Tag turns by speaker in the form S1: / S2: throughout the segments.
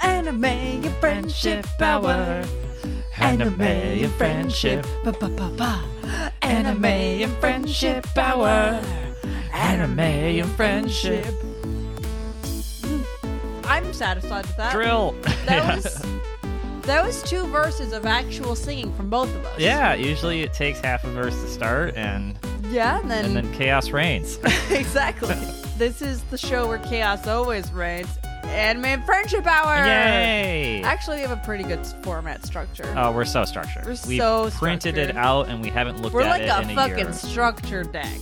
S1: Anime and Friendship Hour. Anime and Friendship. Ba ba ba ba. Anime and Friendship Hour. Anime and Friendship.
S2: I'm satisfied with that.
S1: Drill.
S2: That was that was two verses of actual singing from both of us.
S1: yeah, usually it takes half a verse to start and
S2: Yeah, and then,
S1: and then chaos reigns.
S2: exactly. this is the show where chaos always reigns. Anime and friendship hour.
S1: Yay!
S2: Actually, we have a pretty good s- format structure.
S1: Oh, we're so structured.
S2: We're
S1: we
S2: so
S1: printed it
S2: structured.
S1: out and we haven't looked
S2: We're
S1: at
S2: like
S1: it
S2: a
S1: in a
S2: fucking
S1: year.
S2: structure deck.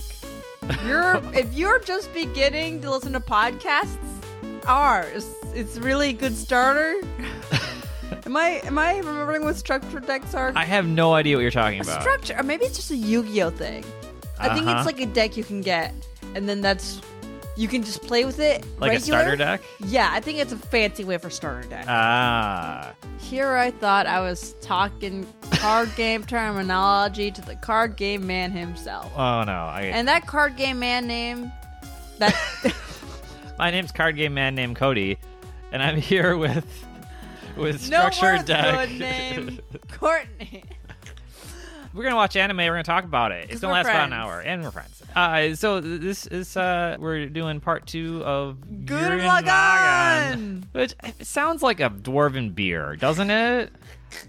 S2: You're if you're just beginning to listen to podcasts, ours it's really a good starter. am I am I remembering what structure decks are?
S1: I have no idea what you're talking
S2: a
S1: about.
S2: structure, or maybe it's just a Yu-Gi-Oh thing. I think
S1: Uh-huh.
S2: it's like a deck you can get, and then that's you can just play with it.
S1: like
S2: regular.
S1: a starter deck?
S2: Yeah, I think it's a fancy way for starter deck.
S1: Uh. Ah.
S2: Here I thought I was talking card game terminology to the card game man himself.
S1: Oh no. I,
S2: And that card game man name, that
S1: my name's card game man named Cody, and I'm here with with
S2: no
S1: structure
S2: words
S1: deck.
S2: good name, Courtney.
S1: we're gonna watch anime. We're gonna talk about it. It's
S2: 'Cause
S1: gonna
S2: we're
S1: last about an
S2: friends.
S1: hour, and we're friends. Uh, so th- this is uh, we're doing part two of
S2: Gurren
S1: Gurren
S2: Lagann!
S1: Lagann, which it sounds like a dwarven beer, doesn't it?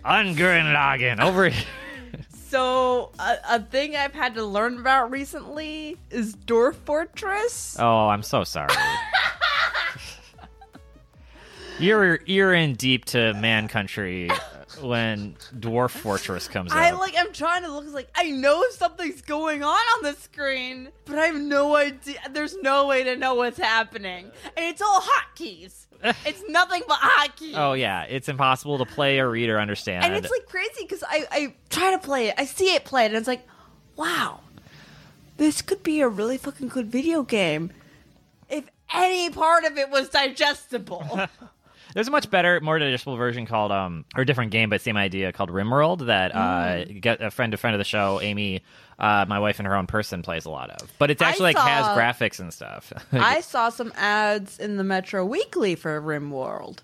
S1: On Gurren Lagann over here.
S2: So a, a thing I've had to learn about recently is Dwarf Fortress.
S1: Oh, I'm so sorry. you're you're in deep to man country uh, when Dwarf Fortress comes
S2: I
S1: out.
S2: like. I'm trying to look like I know something's going on on the screen, but I have no idea. There's no way to know what's happening, and it's all hotkeys. it's nothing but hotkeys.
S1: Oh yeah, it's impossible to play or read or understand.
S2: and it's like crazy because I I try to play it. I see it played, and it's like, wow, this could be a really fucking good video game if any part of it was digestible.
S1: There's a much better, more digestible version called, um, or a different game, but same idea called Rimworld that uh,
S2: Mm.
S1: get a friend, a friend of the show, Amy, uh, my wife in her own person plays a lot of. But it's
S2: I
S1: actually like has
S2: saw-
S1: graphics and stuff.
S2: I saw some ads in the Metro Weekly for RimWorld.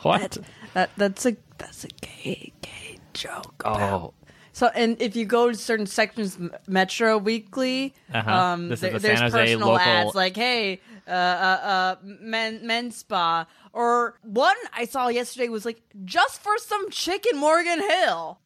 S1: what?
S2: That that's a that's a gay gay joke.
S1: Oh,
S2: So, and if you go to certain sections, M- Metro Weekly,
S1: Uh-huh.
S2: um,
S1: This is
S2: there-
S1: the
S2: there's
S1: San Jose
S2: personal
S1: local-
S2: ads like, "Hey, uh, uh, uh, men men's spa." Or one I saw yesterday was like, "Just for some chick in Morgan Hill,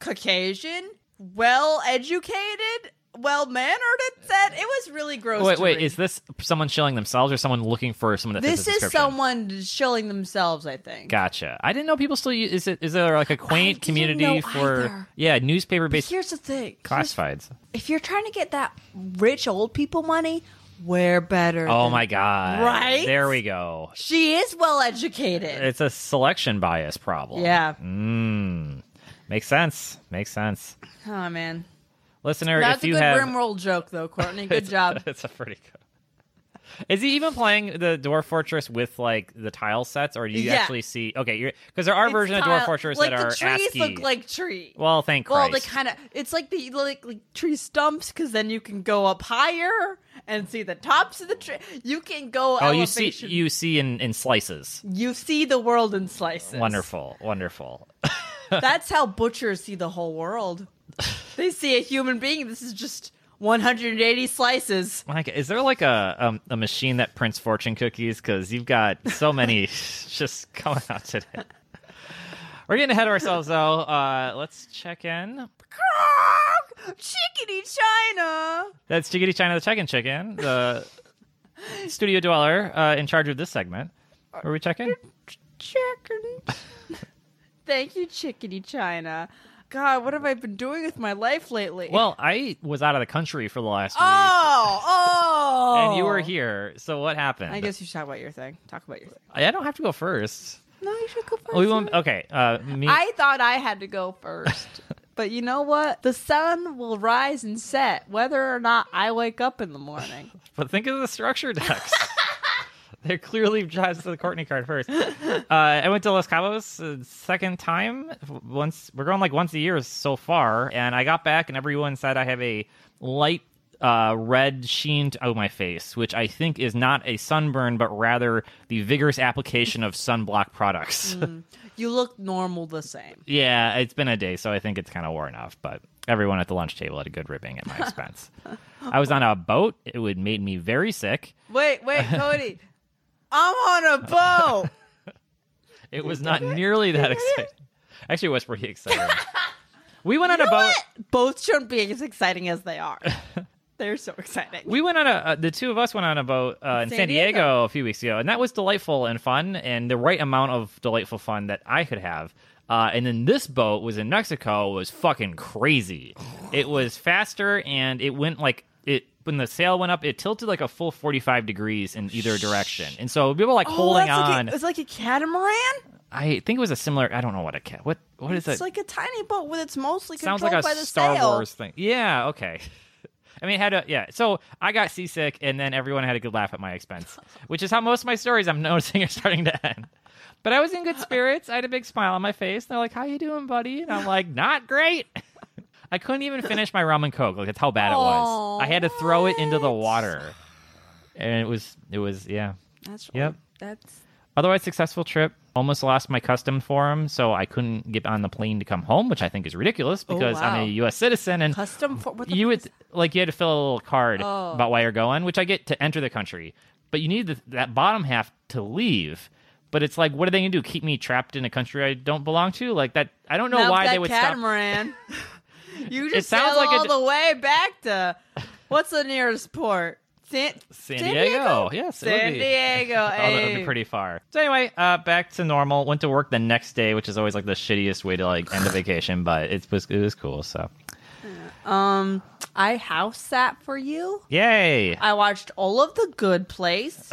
S2: Caucasian, well educated, well mannered." It said it was really gross.
S1: wait,
S2: to
S1: wait.
S2: read.
S1: Is this someone shilling themselves or someone looking for someone that fits
S2: this
S1: the
S2: is
S1: description?
S2: someone shilling themselves? I think.
S1: Gotcha. I didn't know people still use. Is it? Is there like a quaint
S2: didn't
S1: community
S2: know
S1: for?
S2: either.
S1: Yeah, newspaper based
S2: Here's the thing. Here's
S1: classifieds.
S2: if you're trying to get that rich old people money, we're better.
S1: Oh
S2: than-
S1: my god!
S2: Right?
S1: there we go.
S2: She is well educated.
S1: It's a selection bias problem.
S2: Yeah.
S1: Mm. Makes sense. Makes sense.
S2: Oh man,
S1: Listener,
S2: that's
S1: if
S2: a
S1: you
S2: good
S1: have
S2: rim roll joke though, Courtney. Good job.
S1: It's a pretty good. Is he even playing the Dwarf Fortress with like the tile sets, or do you
S2: Yeah.
S1: actually see? Okay, because there are versions of
S2: Tile-
S1: Dwarf Fortress
S2: like
S1: that are
S2: the trees
S1: ASCII.
S2: look like tree.
S1: well, thank
S2: Well,
S1: Christ.
S2: they kind of it's like the like, like tree stumps because then you can go up higher and see the tops of the tree. You can go.
S1: oh, you see,
S2: elevation.
S1: you see in in slices.
S2: you see the world in slices.
S1: Wonderful, wonderful.
S2: That's how butchers see the whole world. They see a human being. This is just 180 slices.
S1: Mike, is there like a um, a machine that prints fortune cookies? Because you've got so many just coming out today. We're getting ahead of ourselves, though. Uh, let's check in.
S2: Chickadee China.
S1: That's Chickadee China, the check-in chicken, the studio dweller uh, in charge of this segment. Where we check in?
S2: Chicken. Thank you, Chickadee China. God, what have I been doing with my life lately?
S1: Well, I was out of the country for the last week,
S2: oh, oh.
S1: and you were here. So what happened?
S2: I guess you should talk about your thing. Talk about your thing.
S1: I I don't have to go first.
S2: No, you should go first.
S1: Oh, We won't. Okay. Uh, me.
S2: I thought I had to go first. But you know what? The sun will rise and set whether or not I wake up in the morning.
S1: But think of the structure decks. They're clearly drives to the Courtney card first. Uh, I went to Los Cabos uh, second time. Once we're going like once a year so far, and I got back and everyone said I have a light uh, red sheen to oh my face, which I think is not a sunburn, but rather the vigorous application of sunblock products.
S2: You look normal the same.
S1: yeah, it's been a day, so I think it's kind of worn off. But everyone at the lunch table had a good ribbing at my expense. I was on a boat; it would made me very sick.
S2: Wait, wait, Cody. I'm on a boat.
S1: It was not nearly that exciting. Actually, it was pretty exciting. We went on a boat.
S2: Boats shouldn't be as exciting as they are. They're so exciting.
S1: We went on a uh, the two of us went on a boat uh, in San,
S2: San
S1: Diego.
S2: Diego.
S1: a few weeks ago, and that was delightful and fun, and the right amount of delightful fun that I could have. Uh, and then this boat was in Mexico was fucking crazy. It was faster and it went like it when the sail went up, it tilted like a full forty five degrees in either direction, and so we were like holding
S2: that's
S1: on.
S2: Like a, it's like a catamaran.
S1: I think it was a similar. I don't know what a cat. What what is
S2: It's
S1: it?
S2: like a tiny boat with it's mostly
S1: sounds
S2: controlled
S1: like a
S2: by the
S1: Star
S2: sail.
S1: Wars thing. Yeah, okay. I mean, it had a yeah. So I got seasick, and then everyone had a good laugh at my expense, which is how most of my stories I'm noticing are starting to end. But I was in good spirits. I had a big smile on my face. They're like, "How you doing, buddy?" And I'm like, "Not great." I couldn't even finish my rum and coke. Like that's how bad it was.
S2: Aw,
S1: I had to throw it into the
S2: what?
S1: water, and it was it was yeah.
S2: That's
S1: Yep.
S2: That's
S1: Otherwise, successful trip. Almost lost my custom form, so I couldn't get on the plane to come home, which I think is ridiculous because I'm
S2: Oh, wow.
S1: a U.S. citizen and
S2: custom for what the
S1: you
S2: fuck
S1: would like you had to fill a little card
S2: Oh.
S1: about why you're going, which I get to enter the country, but you need the, that bottom half to leave. But it's like, what are they gonna do? Keep me trapped in a country I don't belong to? Like that? I don't know
S2: Now
S1: why
S2: that
S1: they would stop.
S2: catamaran. you just
S1: sounds
S2: sail
S1: like a
S2: all
S1: d-
S2: the way back to what's the nearest port? San,
S1: San Diego. Yes, it would
S2: San
S1: be.
S2: Diego. eh.
S1: Oh, that would
S2: ayy.
S1: be pretty far. So anyway, uh, back to normal. Went to work the next day, which is always like the shittiest way to like end a vacation, but it was it was cool. So
S2: Um, I house sat for you.
S1: yay!
S2: I watched all of the Good Place,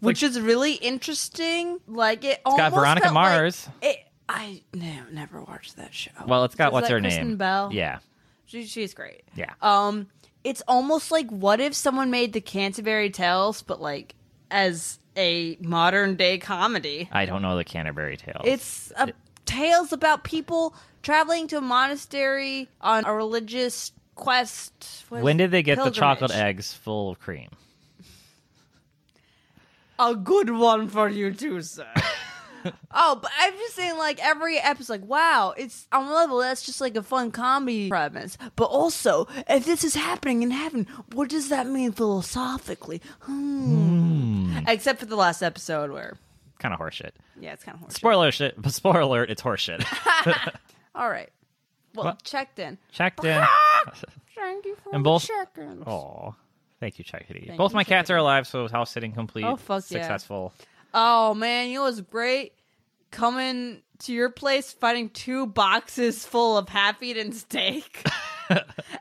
S2: which is really interesting. Like it almost
S1: got Veronica
S2: felt like-
S1: Mars.
S2: it, I no, never watched that show.
S1: well, it's got
S2: Is
S1: what's
S2: that
S1: her
S2: Kristen
S1: name?
S2: Bell.
S1: Yeah,
S2: she, she's great.
S1: yeah.
S2: Um, it's almost like what if someone made the Canterbury Tales, but like as a modern day comedy.
S1: I don't know the Canterbury Tales.
S2: It's a, tales about people traveling to a monastery on a religious quest. What is
S1: When
S2: it?
S1: did they get the chocolate
S2: Pilgrimage.
S1: eggs full of cream?
S2: a good one for you too, sir. oh, but I'm just saying, like every episode, like wow, it's on one level that's just like a fun comedy premise. But also, if this is happening in heaven, what does that mean philosophically? Hmm. Except for the last episode, where
S1: Kind of horseshit.
S2: yeah, it's kind of horseshit.
S1: Spoiler shit. Spoiler alert. It's horseshit.
S2: All right, well,
S1: What?
S2: checked in.
S1: Checked in.
S2: Thank you for
S1: And both-
S2: check-ins.
S1: Oh, thank you, Chuckity.
S2: Thank
S1: Both
S2: you,
S1: my cats are alive, so house sitting complete.
S2: Oh, fuck yeah.
S1: Successful.
S2: Oh man, you know what's great? Coming to your place, finding two boxes full of half eaten steak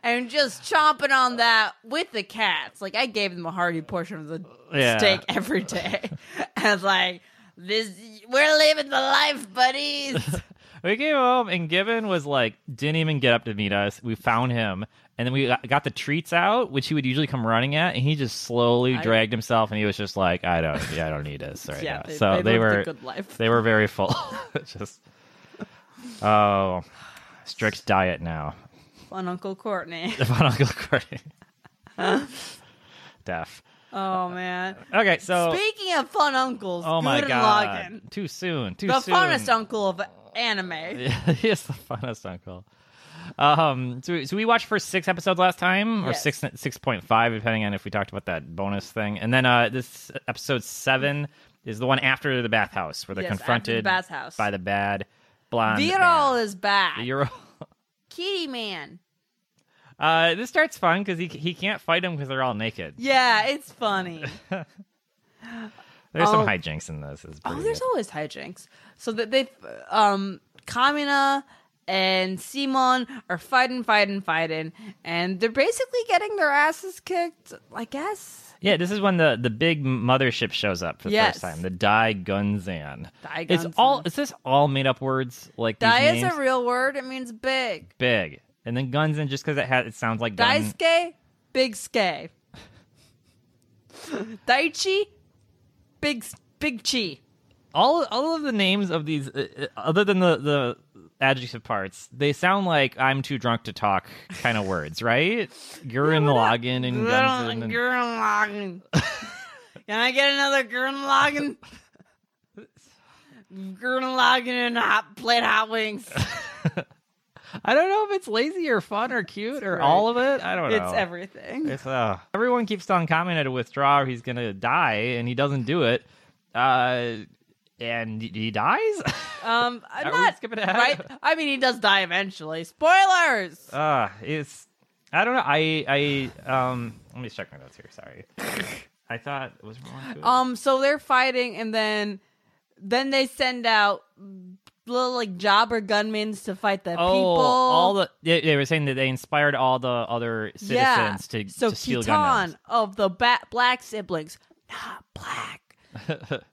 S2: and just chomping on that with the cats. Like I gave them a hearty portion of the
S1: Yeah.
S2: steak every day. I was like, this we're living the life, buddies.
S1: We came home and Gibbon was like didn't even get up to meet us. We found him, and then we got- got the treats out, which he would usually come running at, and he just slowly dragged himself, and he was just like, "I don't, yeah, I don't need this right
S2: yeah,
S1: now." so they,
S2: lived a
S1: were
S2: good life.
S1: They were very full. Just oh, strict diet now.
S2: on Uncle Courtney.
S1: Von Uncle Courtney. Deaf.
S2: Oh man.
S1: Okay, so
S2: Speaking of fun uncles,
S1: oh my
S2: Guten
S1: god,
S2: Lagen.
S1: too soon, too
S2: The
S1: soon.
S2: funnest uncle of anime.
S1: he is the funnest uncle. Um, so, we- so we watched for six episodes last time, or
S2: Yes.
S1: six six point five, depending on if we talked about that bonus thing. And then uh, this episode seven is the one after the bathhouse, where they're
S2: Yes, after the
S1: confronted
S2: bathhouse.
S1: by the bad blonde.
S2: Viral
S1: man.
S2: is back.
S1: Vero-
S2: Kitty Man.
S1: Uh, this starts fun because he he can't fight them because they're all naked.
S2: Yeah, it's funny.
S1: There's
S2: Oh.
S1: some hijinks in this. It's
S2: oh,
S1: pretty
S2: there's
S1: good.
S2: always hijinks. So that they, um, Kamina and Simon are fighting, fighting, fighting, and they're basically getting their asses kicked. I guess.
S1: yeah. This is when the the big mothership shows up for the
S2: Yes.
S1: first time. The Dai Gunzan.
S2: Dai
S1: It's
S2: Gunzan.
S1: all. Is this all made up words? Like these
S2: Dai is
S1: names?
S2: a real word. It means big.
S1: big, and then Gunzan just because it has it sounds like gun.
S2: Daisuke, big ske. Daichi, big big chi.
S1: all all of the names of these, uh, uh, other than the the adjective parts, they sound like I'm too drunk to talk kind of words, right? Gurren and Gunsen. and-
S2: Gurren Lagann. Can I get another Gurren Lagann? Gurren Lagann and hot plate hot wings.
S1: I don't know if it's lazy or fun or cute or
S2: right.
S1: all of it. I don't know.
S2: It's everything.
S1: It's, uh, everyone keeps on commenting to withdraw or he's going to die, and he doesn't do it. Uh, and he dies?
S2: Um, I'm
S1: Are we
S2: not
S1: skipping ahead?
S2: right. I mean, he does die eventually. Spoilers.
S1: uh, it's. I don't know. I. I um, let me just check my notes here. Sorry. I thought was more. to it?
S2: Um, so they're fighting, and then then they send out little like jobber gunmans to fight the
S1: oh,
S2: people.
S1: all the they, they were saying that they inspired all the other citizens
S2: yeah.
S1: to
S2: so
S1: to steal
S2: Khitan
S1: Gundams.
S2: of the ba- black siblings, not black.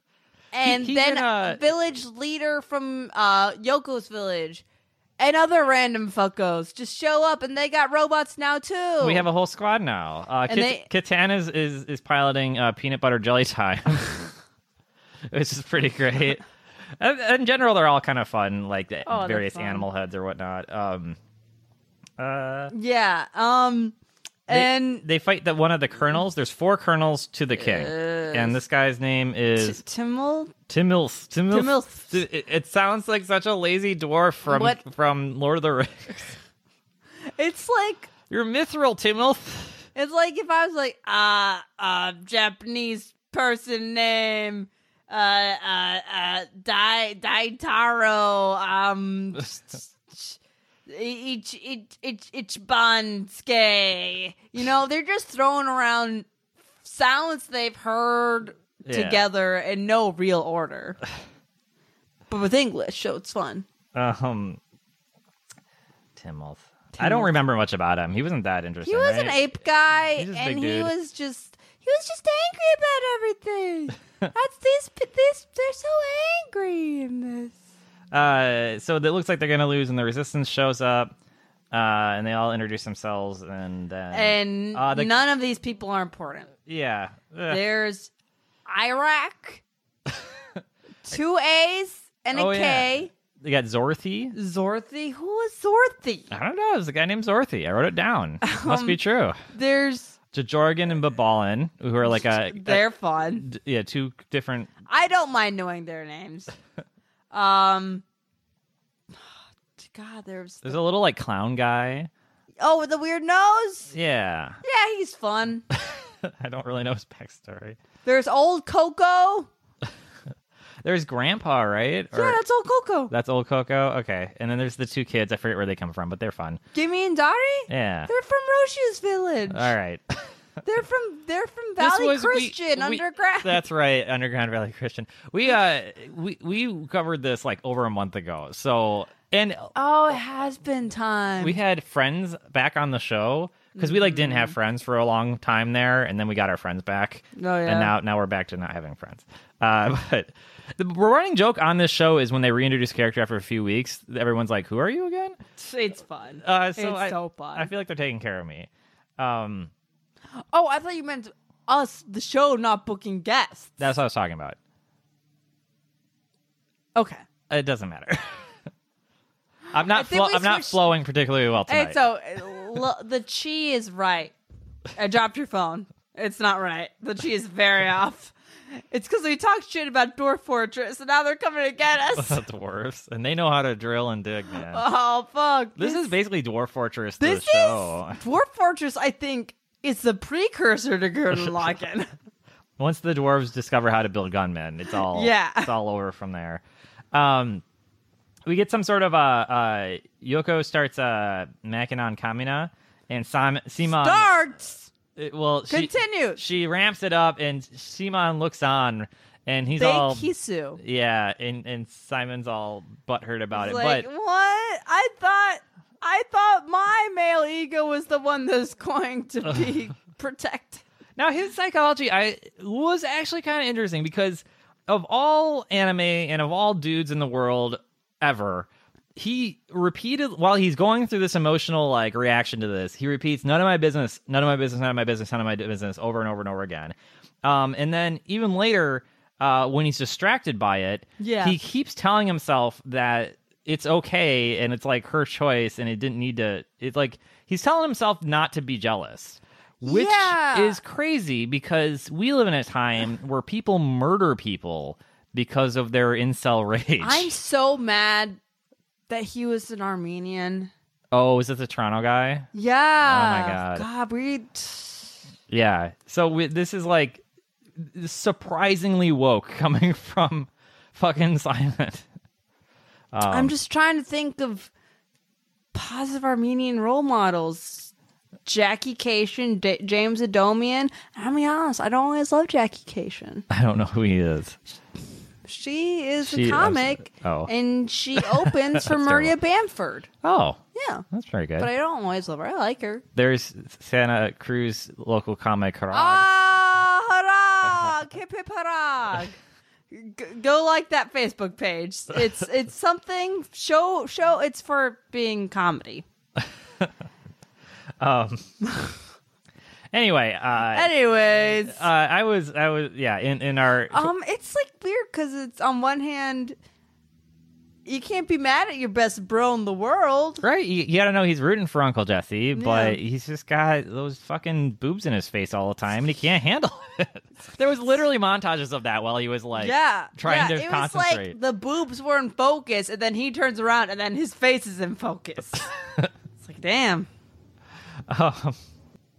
S2: and
S1: he's
S2: then
S1: in a-
S2: village leader from uh, Yoko's village, and other random fuckos just show up, and they got robots now too.
S1: We have a whole squad now. Uh,
S2: And
S1: Kit- Kitana is, is is piloting uh, peanut butter jelly time, which is pretty great. And- In general, they're all kind of fun, like the
S2: Oh, they're
S1: various
S2: fun.
S1: animal heads or whatnot. Um, uh,
S2: yeah. Um,
S1: they-
S2: and
S1: they fight the one of the colonels. There's four colonels to the king, and this guy's name is
S2: Timel
S1: Timilth. Timilth.
S2: Timilth.
S1: Ti- It, it sounds like such a lazy dwarf from
S2: What?
S1: from Lord of the Rings.
S2: It's like
S1: You're Mithril, Timilth.
S2: it's like if I was like uh uh Japanese person name uh uh uh Dai Daitaro um Ich Ich Ich Ichibansuke. You know, they're just throwing around sounds they've heard
S1: Yeah.
S2: together in no real order. But with English, so it's fun.
S1: Um, Tim Wolf. I don't remember much about him. He wasn't that interesting.
S2: He was
S1: right?
S2: an ape guy,
S1: He's just a big
S2: and he
S1: dude.
S2: was just he was just angry about everything. That's this this they're so angry in this.
S1: Uh, so it looks like they're gonna lose, and the resistance shows up, uh, and they all introduce themselves, and then
S2: And
S1: uh, the,
S2: none of these people are important.
S1: yeah, Ugh.
S2: There's Iraq, two A's and a K.
S1: Oh, yeah. they got Zorthy.
S2: Zorthy, who is Zorthy?
S1: I don't know. There's a guy named Zorthy. I wrote it down. Must
S2: Um,
S1: be true.
S2: There's
S1: Jorgen and Babalin, who are like a, a
S2: they're fun.
S1: d- yeah, two different.
S2: I don't mind knowing their names. Um, God, there's
S1: There's a little like clown guy.
S2: oh with the weird nose.
S1: Yeah,
S2: Yeah, he's fun.
S1: I don't really know his backstory.
S2: There's old Coco.
S1: There's Grandpa, right? Or-
S2: yeah, that's old Coco.
S1: That's old Coco. Okay. And then there's the two kids. I forget where they come from, but they're fun.
S2: Gimme and Dari?
S1: Yeah.
S2: They're from Roshu's village.
S1: All right.
S2: They're from they're from
S1: This
S2: Valley
S1: was- we-
S2: Christian
S1: we-
S2: underground.
S1: That's right, Underground Valley Christian. We uh we we covered this like over a month ago. So and
S2: oh, it has been time.
S1: we had friends back on the show because we like didn't have friends for a long time there, and then we got our friends back.
S2: Mm-hmm. Oh, yeah.
S1: And now now we're back to not having friends. Uh, but the running joke on this show is when they reintroduce character after a few weeks, everyone's like, "Who are you again?"
S2: it's fun.
S1: Uh, so
S2: it's
S1: I,
S2: so fun.
S1: I feel like they're taking care of me. Um,
S2: oh, I thought you meant us, the show, not booking guests.
S1: that's what I was talking about.
S2: Okay.
S1: It doesn't matter. I'm not.
S2: think
S1: Flo-
S2: we
S1: I'm not
S2: switched-
S1: flowing particularly well tonight.
S2: Hey, so uh, lo- the chi is right. I dropped your phone. It's not right. The chi is very off. It's because we talked shit about Dwarf Fortress, and now they're coming to get us.
S1: dwarfs, and they know how to drill and dig, man.
S2: Oh fuck!
S1: This is basically Dwarf Fortress. to
S2: this
S1: the show.
S2: is Dwarf Fortress. I think is the precursor to Gurren Lagann.
S1: Once the dwarves discover how to build gunmen, it's all
S2: Yeah.
S1: it's all over from there. Um, we get some sort of uh, uh Yoko starts uh macking on Kamina, and Sim- Simon
S2: Darts
S1: it- well she,
S2: continue.
S1: she ramps it up and Simon looks on and he's
S2: They
S1: all
S2: kisu.
S1: yeah and, and Simon's all butthurt about it
S2: Like
S1: but
S2: what? I thought I thought my male ego was the one that's going to be protected.
S1: now his psychology I was actually kind of interesting because of all anime and of all dudes in the world ever he repeated while he's going through this emotional like reaction to this he repeats none of my business none of my business none of my business none of my business over and over and over again um, and then even later uh, when he's distracted by it
S2: Yeah.
S1: he keeps telling himself that it's okay and it's like her choice and it didn't need to it's like he's telling himself not to be jealous which
S2: Yeah.
S1: is crazy because we live in a time where people murder people because of their incel rage
S2: I'm so mad that he was an Armenian.
S1: oh is it the toronto guy
S2: Yeah.
S1: Oh God. Um,
S2: God, we.
S1: yeah so we, this is like surprisingly woke coming from fucking simon
S2: I'm just trying to think of positive Armenian role models. Jackie Cation, D- James Adomian. I'm gonna be honest, I don't always love Jackie Cation.
S1: i don't know who he is
S2: She is
S1: She-
S2: a
S1: I'm
S2: comic,
S1: sorry. Oh.
S2: and she opens for
S1: That's
S2: Maria Bamford.
S1: oh
S2: Yeah,
S1: that's pretty good
S2: but I don't always love her. I like her.
S1: there's Santa Cruz local comic Harag.
S2: Ah, harag, hip hip harag. G- Go like that Facebook page. It's it's something. Show show. It's for being comedy.
S1: Anyway, uh,
S2: Anyways,
S1: uh, I was, I was, yeah, in in our,
S2: um, it's like weird because it's on one hand, you can't be mad at your best bro in the world.
S1: right. You, you gotta know he's rooting for Uncle Jesse, but
S2: Yeah.
S1: he's just got those fucking boobs in his face all the time, and he can't handle it. there was literally montages of that while he was like,
S2: yeah,
S1: trying
S2: yeah,
S1: to
S2: it was
S1: concentrate.
S2: like the boobs were in focus, and then he turns around, and then his face is in focus. it's like damn.
S1: Um,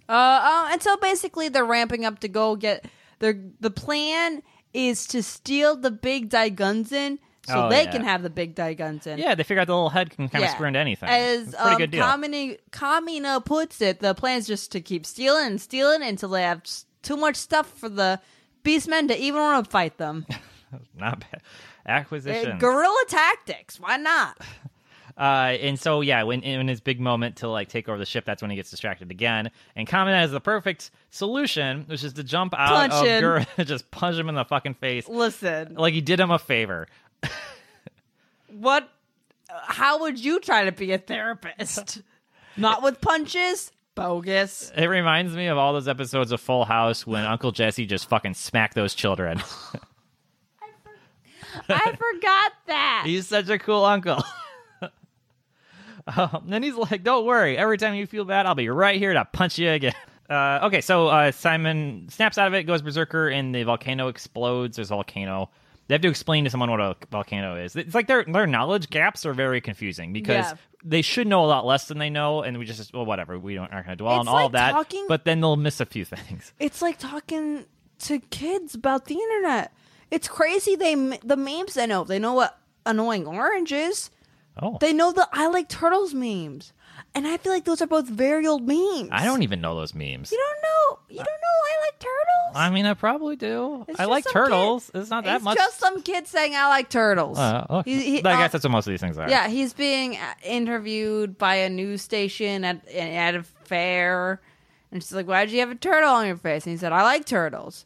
S2: Uh, uh, and so basically, they're ramping up to go get their. The plan is to steal the big Daigunzen so
S1: Oh,
S2: they
S1: yeah.
S2: can have the big Daigunzen.
S1: yeah, they figure out the little head can kind of screw into anything.
S2: As
S1: It's a pretty
S2: um,
S1: good deal.
S2: Kamina, Kamina puts it, the plan is just to keep stealing and stealing until they have s- too much stuff for the beastmen to even want to fight them.
S1: Not bad.
S2: Uh,
S1: Acquisition.
S2: guerrilla tactics. Why not?
S1: Uh, and so yeah, when in his big moment to like take over the ship, that's when he gets distracted again. And Kamina has the perfect solution, which is to jump out
S2: Punch
S1: of
S2: him.
S1: Gura and just punch him in the fucking face,
S2: Listen,
S1: like he did him a favor.
S2: what? uh, How would you try to be a therapist? Not with punches. Bogus.
S1: It reminds me of all those episodes of Full House when Uncle Jesse just fucking smacked those children.
S2: I forgot that.
S1: He's such a cool uncle. um, then he's like, "Don't worry. Every time you feel bad, I'll be right here to punch you again." Uh, okay, so uh, Simon snaps out of it, goes berserker, and the volcano explodes. There's a volcano. They have to explain to someone what a volcano is. It's like their their knowledge gaps are very confusing because
S2: Yeah.
S1: they should know a lot less than they know, and we just well, whatever. We don't aren't going to dwell on
S2: It's
S1: all
S2: like
S1: of that,
S2: talking-
S1: but then they'll miss a few things.
S2: It's like talking to kids about the internet. It's crazy. They m- the memes they know. They know what annoying orange is.
S1: Oh,
S2: They know the I like turtles memes, and I feel like those are both very old memes.
S1: I don't even know those memes.
S2: You don't know. You don't know I like turtles.
S1: I mean, I probably do.
S2: It's
S1: I
S2: just
S1: like
S2: some
S1: turtles.
S2: kid-
S1: It's not that
S2: it's
S1: much.
S2: just some kid saying I like turtles.
S1: Uh, okay.
S2: He- he-
S1: But I
S2: uh,
S1: guess that's what most of these things are.
S2: Yeah, he's being uh, interviewed by a news station at at a fair, and she's like, "Why did you have a turtle on your face?" And he said, "I like turtles,"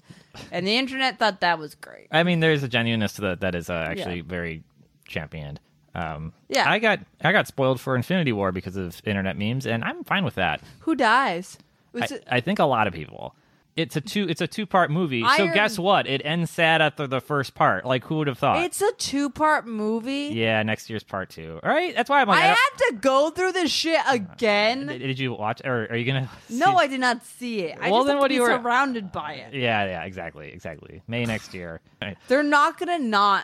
S2: and the internet thought that was great.
S1: I mean, there's a genuineness to that that is uh, actually
S2: Yeah.
S1: very championed. Um,
S2: Yeah.
S1: I got I got spoiled for Infinity War because of internet memes, and I'm fine with that.
S2: Who dies?
S1: I,
S2: Was it-
S1: I think a lot of people. It's a two it's a two part movie. So
S2: Iron-
S1: guess what? It ends sad after the first part. Like who would have thought?
S2: it's a two part movie.
S1: yeah, next year's part two. All right, that's why I'm like.
S2: I
S1: I don't-
S2: had to go through this shit again.
S1: did, did you watch or are you gonna?
S2: No,
S1: see-
S2: I did not see it. I
S1: Well,
S2: just
S1: then
S2: have
S1: what
S2: to
S1: do
S2: be
S1: you-
S2: surrounded by it.
S1: Yeah, yeah, exactly, exactly. May next year. All right.
S2: They're not gonna not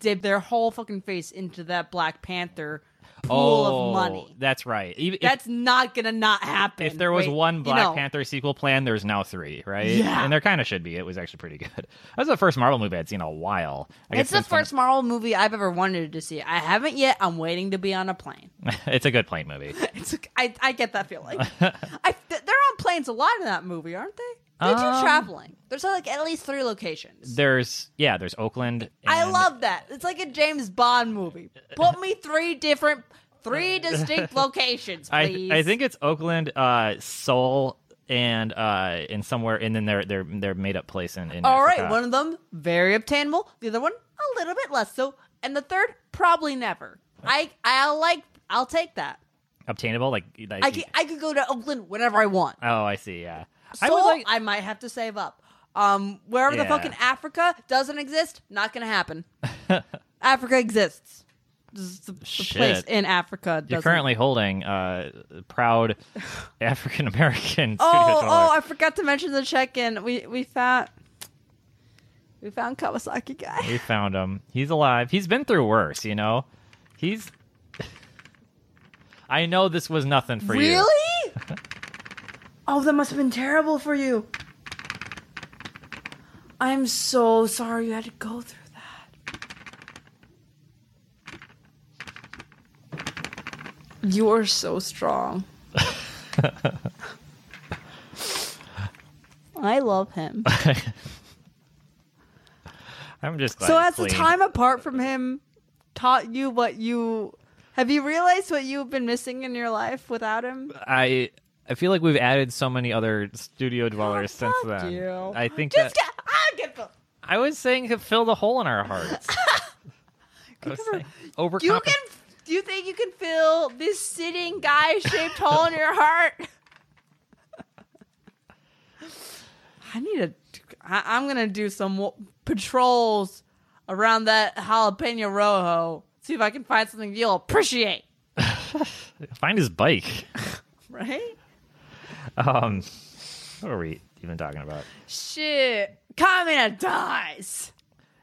S2: dip their whole fucking face into that Black Panther pool
S1: oh,
S2: of money.
S1: That's right. Even if-
S2: That's not gonna not happen.
S1: If there was
S2: Wait,
S1: one
S2: you
S1: Black
S2: know.
S1: Panther sequel plan, there's now three, right?
S2: Yeah.
S1: And there kind of should be. It was actually pretty good. That was the first Marvel movie I'd seen in a while. I
S2: It's the
S1: since then-
S2: first Marvel movie I've ever wanted to see. I haven't yet. I'm waiting to be on a plane.
S1: it's a good plane movie.
S2: It's I, I get that feeling. I, they're on planes a lot in that movie, aren't they? They're
S1: Um,
S2: just traveling. There's like at least three locations.
S1: There's yeah, there's Oakland.
S2: I
S1: and-
S2: love that. It's like a James Bond movie. Put me three different, three distinct locations,
S1: I
S2: please.
S1: I think it's Oakland, uh, Seoul, and uh, and somewhere, and then their their their made up place in. in
S2: All right,
S1: Africa.
S2: one of them very obtainable, the other one a little bit less so, and the third probably never. I I'll like I'll take that.
S1: obtainable like. like
S2: I can, I could go to Oakland whenever I want.
S1: oh, I see. Yeah,
S2: So
S1: I
S2: I,
S1: would like.
S2: might have to save up. Um, wherever the
S1: Yeah.
S2: fucking Africa doesn't exist, not gonna happen. Africa exists. This is the, the
S1: Shit.
S2: place in Africa.
S1: You're
S2: doesn't-
S1: currently holding uh, proud African American
S2: Oh,
S1: studio
S2: oh!
S1: dollar.
S2: I forgot to mention the check-in. We we found we found Kawasaki guy.
S1: We found him. He's alive. He's been through worse, you know. He's. I know this was nothing for you.
S2: Really? oh, that must have been terrible for you. I'm so sorry you had to go through that. You're so strong. I love him.
S1: I'm just glad
S2: So
S1: he's
S2: has the
S1: clean.
S2: time apart from him taught you what you have you realized what you've been missing in your life without him?
S1: I I feel like we've added so many other studio dwellers since
S2: Oh, fuck
S1: then.
S2: you.
S1: I think
S2: Just
S1: that
S2: get I get the
S1: I was saying to fill the hole in our hearts. I was
S2: for-
S1: saying, overcompen-
S2: you can do you think you can fill this sitting guy shaped hole in your heart? I need a I, I'm gonna do some wa- patrols around that jalapeno rojo. See if I can find something you'll appreciate.
S1: find his bike.
S2: Right?
S1: Um, what are we even talking about?
S2: Shit. Kamina dies.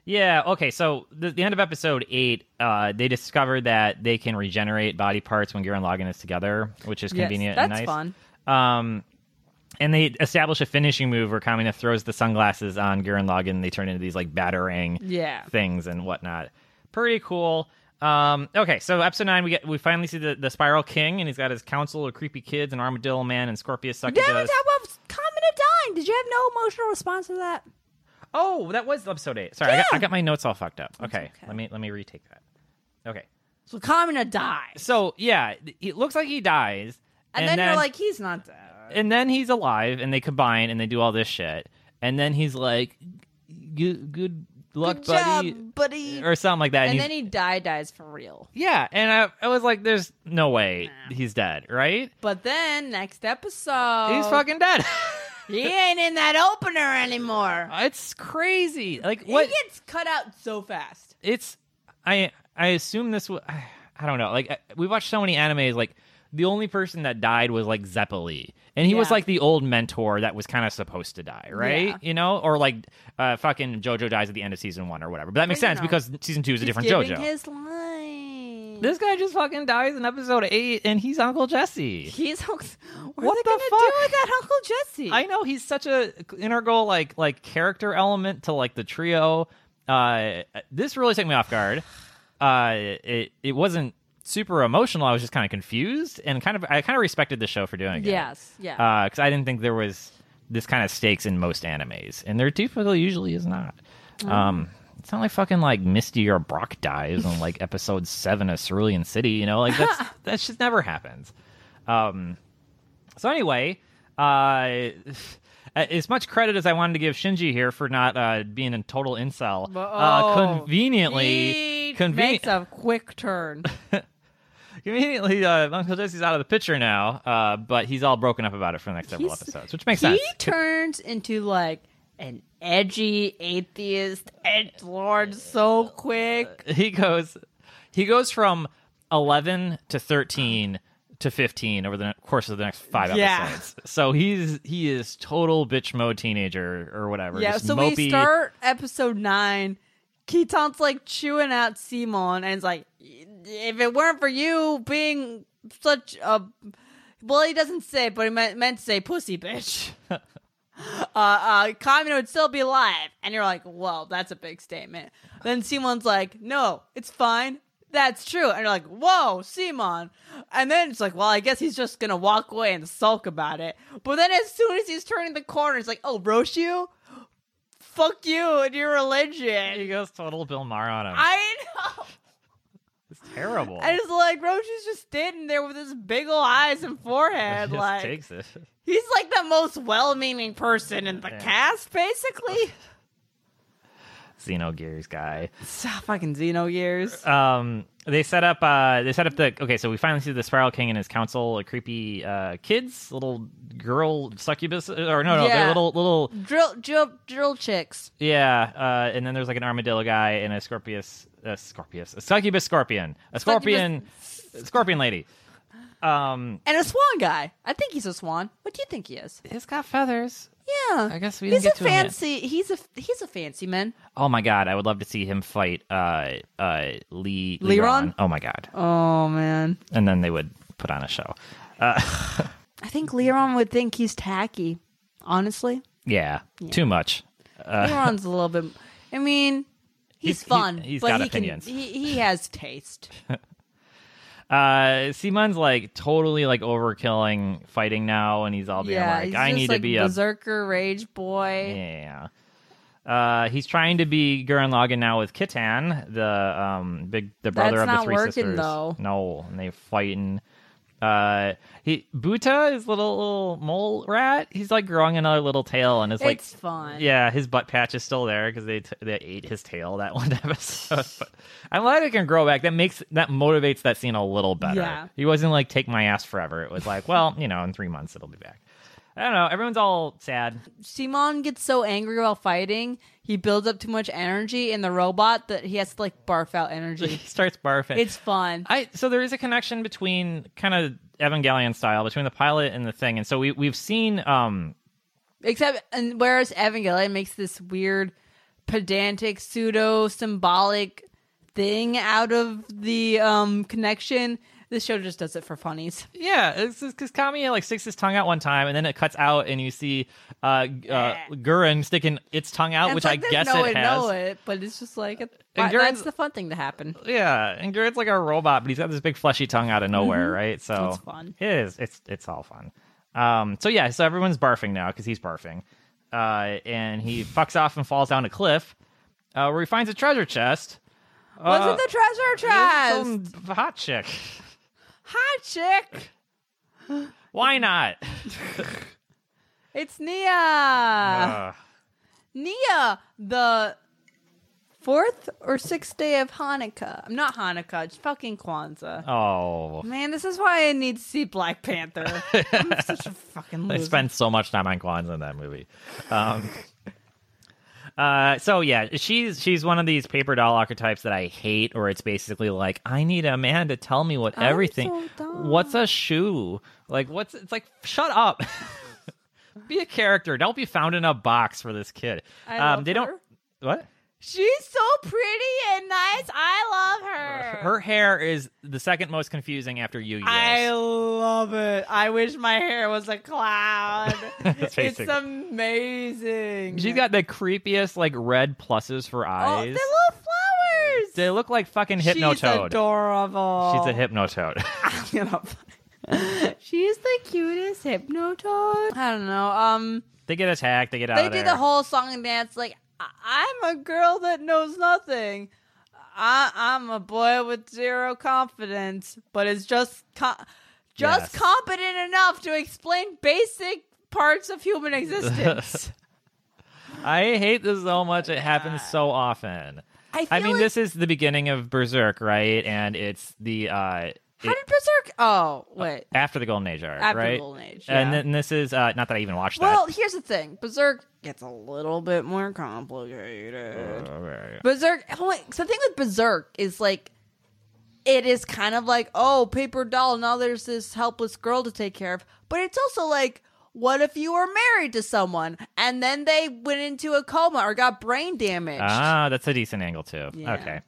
S1: Yeah. Okay. So the, the end of episode eight, uh, they discovered that they can regenerate body parts when Gear and Logan is together, which is
S2: Yes,
S1: convenient and nice.
S2: that's fun.
S1: Um, and they establish a finishing move where Kamina throws the sunglasses on Gurren Lagann and they turn into these like battering
S2: Yeah.
S1: things and whatnot. Pretty cool. Um, okay, so episode nine, we get we finally see the, the Spiral King, and he's got his council of creepy kids and Armadillo Man and Scorpius
S2: Did we talk
S1: Succubus.
S2: about Kamina dying? Did you have no emotional response to that?
S1: oh, that was episode eight. Sorry, I, got, I got my notes all fucked up. Okay,
S2: okay.
S1: let me let me retake that. Okay,
S2: So Kamina dies.
S1: so yeah, it looks like he dies,
S2: And, then, you're like, he's not dead.
S1: and then he's alive and they combine and they do all this shit and then he's like good good luck
S2: Good
S1: buddy
S2: job, buddy. Er,
S1: or something like that
S2: and
S1: he's-
S2: then he die dies for real.
S1: yeah and I, I was like there's no way he's dead right
S2: But then next episode
S1: he's fucking dead
S2: He ain't in that opener anymore.
S1: it's crazy like Uh, what
S2: He gets cut out so fast.
S1: it's i i assume this was i don't know like I- we watched so many animes like the only person that died was like zeppeli and he was
S2: Yeah.
S1: like the old mentor that was kind of supposed to die right
S2: Yeah.
S1: you know or like uh fucking jojo dies at the end of season one or whatever but that makes
S2: you
S1: sense
S2: know,
S1: because season two is a different
S2: Giving
S1: jojo
S2: his life.
S1: this guy just fucking dies in episode eight and he's uncle jesse
S2: He's what
S1: What
S2: they
S1: the
S2: gonna do
S1: fuck?
S2: with that Uncle Jesse?
S1: I know he's such a integral like like character element to like the trio. Uh, this really took me off guard. Uh, it it wasn't super emotional. I was just kind of confused and kind of I kind of respected the show for doing it.
S2: Yes, yeah.
S1: because Uh, I didn't think there was this kind of stakes in most animes, and there typically usually is not.
S2: Mm.
S1: Um, it's not like fucking like Misty or Brock dies in like episode seven of Cerulean City, you know, like that's that just never happens. Um, So anyway, uh, as much credit as I wanted to give Shinji here for not uh, being a total incel, uh,
S2: Oh.
S1: conveniently,
S2: he
S1: conven-
S2: makes a quick turn.
S1: conveniently, uh, Uncle Jesse's out of the picture now. Uh, but he's all broken up about it for the next several
S2: He's-
S1: episodes, which makes
S2: he
S1: sense.
S2: turns into like an edgy atheist edge lord so quick.
S1: He goes, he goes from eleven to thirteen to fifteen over the ne- course of the next five
S2: Yeah.
S1: episodes. So he's he is total bitch mode teenager or whatever.
S2: Yeah,
S1: just
S2: so
S1: mopey.
S2: we start episode nine. Keaton's like chewing out Simon and it's like, if it weren't for you being such a. Well, he doesn't say it, but he meant, meant to say pussy bitch. uh, uh, Kamino would still be alive. And you're like, well, that's a big statement. Then Simon's like, no, it's fine. That's true. And you're like, whoa, Simon. And then it's like, well, I guess he's just going to walk away and sulk about it. But then as soon as he's turning the corner, it's like, oh, Roshu, fuck you and
S1: He
S2: your religion.
S1: goes total Bill Maher on him.
S2: I know.
S1: it's terrible.
S2: And it's like Roshi's just standing there with his big ol' eyes and forehead.
S1: He just
S2: like
S1: takes it.
S2: he's like the most well meaning person in the
S1: Yeah.
S2: cast, basically.
S1: Xenogears guy.
S2: Stop fucking Xenogears.
S1: um they set up uh they set up the okay so we finally see the spiral king and his council of creepy uh kids little girl succubus or no no
S2: Yeah.
S1: they're little little
S2: drill, drill, drill chicks.
S1: yeah uh and then there's like an armadillo guy and a scorpius a scorpius a succubus scorpion a scorpion scorpion lady um
S2: And a swan guy. I think he's a swan. What do you think he is?
S1: he's got feathers
S2: Yeah.
S1: I guess we
S2: he's
S1: didn't get
S2: a
S1: to him yet.
S2: fancy. He's a he's a fancy man.
S1: oh my god i would love to see him fight uh uh lee
S2: Leron?
S1: oh my god
S2: Oh man.
S1: and then they would put on a show
S2: I think Leron would think he's tacky. Honestly,
S1: yeah, too much
S2: Leron's a little bit. I mean,
S1: Uh. He's-
S2: he's,
S1: he-
S2: fun.
S1: he's
S2: but
S1: got
S2: he
S1: opinions.
S2: Can, he he has taste.
S1: uh Simon's like totally like overkilling fighting now and he's all being
S2: yeah,
S1: like
S2: he's
S1: I
S2: just,
S1: need
S2: like
S1: to be a
S2: berserker rage boy.
S1: yeah. Uh he's trying to be Gurren Lagann now with Kitan, the um big the brother
S2: That's
S1: of the
S2: not
S1: three
S2: working,
S1: sisters.
S2: though.
S1: No, and they fighting uh he Buta is little little mole rat. He's like growing another little tail and it's like
S2: it's fun.
S1: yeah, his butt patch is still there because they t- they ate his tail that one episode. But I'm glad it can grow back. That makes that motivates that scene a little better.
S2: Yeah.
S1: He wasn't like take my ass forever. It was like, well, you know, in three months it'll be back. I don't know. Everyone's all sad.
S2: Simon gets so angry while fighting, he builds up too much energy in the robot that he has to like barf out
S1: He
S2: energy.
S1: starts barfing.
S2: it's fun.
S1: I so there is a connection between kind of Evangelion style between the pilot and the thing, and so we we've seen um
S2: Except and whereas Evangelion makes this weird pedantic pseudo symbolic thing out of the um connection, this show just does it for funnies.
S1: Yeah, it's because Kamiya like sticks his tongue out one time, and then it cuts out, and you see uh, uh, Gurren sticking its tongue out,
S2: And
S1: which
S2: it's like
S1: I
S2: they
S1: guess
S2: know
S1: it has.
S2: know it, but it's just like it,
S1: And
S2: that's
S1: Gurren's-
S2: the fun thing to happen.
S1: Yeah, and Gurren's like a robot, but he's got this big fleshy tongue out of nowhere, right? So
S2: Mm-hmm. It's fun.
S1: It is. It's it's all fun. Um. So yeah. So everyone's barfing now because he's barfing, uh, and he fucks off and falls down a cliff, uh, where he finds a treasure chest.
S2: Was
S1: Uh,
S2: it the treasure chest?
S1: Some hot chick.
S2: Hi, chick.
S1: Why not?
S2: It's Nia.
S1: Ugh.
S2: Nia, the fourth or sixth day of Hanukkah. I'm not Hanukkah. It's fucking Kwanzaa.
S1: oh.
S2: Man, this is why I need to see Black Panther. I'm such a fucking
S1: They
S2: loser.
S1: spend so much time on Kwanzaa in that movie. Um, uh, so yeah, she's she's one of these paper doll archetypes that I hate. Or it's basically like I need a man to tell me what
S2: I'm
S1: everything.
S2: so dumb.
S1: what's a shoe? Like what's it's like? Shut up. be a character. Don't be found in a box for this kid. Um,
S2: I love
S1: they
S2: her.
S1: don't. What?
S2: She's so pretty and nice. I love her.
S1: Uh, Her hair is the second most confusing after Yu Yu's.
S2: I love it. I wish my hair was a cloud.
S1: That's
S2: it's
S1: basic.
S2: amazing.
S1: She's got the creepiest like red pluses for
S2: oh, the
S1: eyes.
S2: little flowers.
S1: they look like fucking
S2: She's
S1: Hypnotoad.
S2: adorable.
S1: She's a hypnotoad.
S2: you know. She's the cutest hypnotoad. I don't know. Um,
S1: they get attacked. They get out.
S2: they
S1: of
S2: do
S1: there.
S2: the whole song and dance like I- I'm a girl that knows nothing. I- I'm a boy with zero confidence, but is just co- just
S1: Yes.
S2: competent enough to explain basic parts of human existence.
S1: I hate this so much. It happens so often.
S2: Oh I, feel
S1: I mean,
S2: like-
S1: this is the beginning of Berserk, right? And it's the uh,
S2: How
S1: it-
S2: did Berserk? Oh wait,
S1: after the Golden Age arc,
S2: After the
S1: right?
S2: Golden Age,
S1: And
S2: yeah.
S1: then this is uh, not that I even watched
S2: Well, here's the thing. Berserk gets a little bit more complicated.
S1: that. Well,
S2: Berserk. Oh wait, so the thing with Berserk is like, it is kind of like, oh, paper doll. Now there's this helpless girl to take care of. But it's also like, what if you were married to someone and then they went into a coma or got brain damage?
S1: ah, that's a decent angle too.
S2: Yeah.
S1: Okay.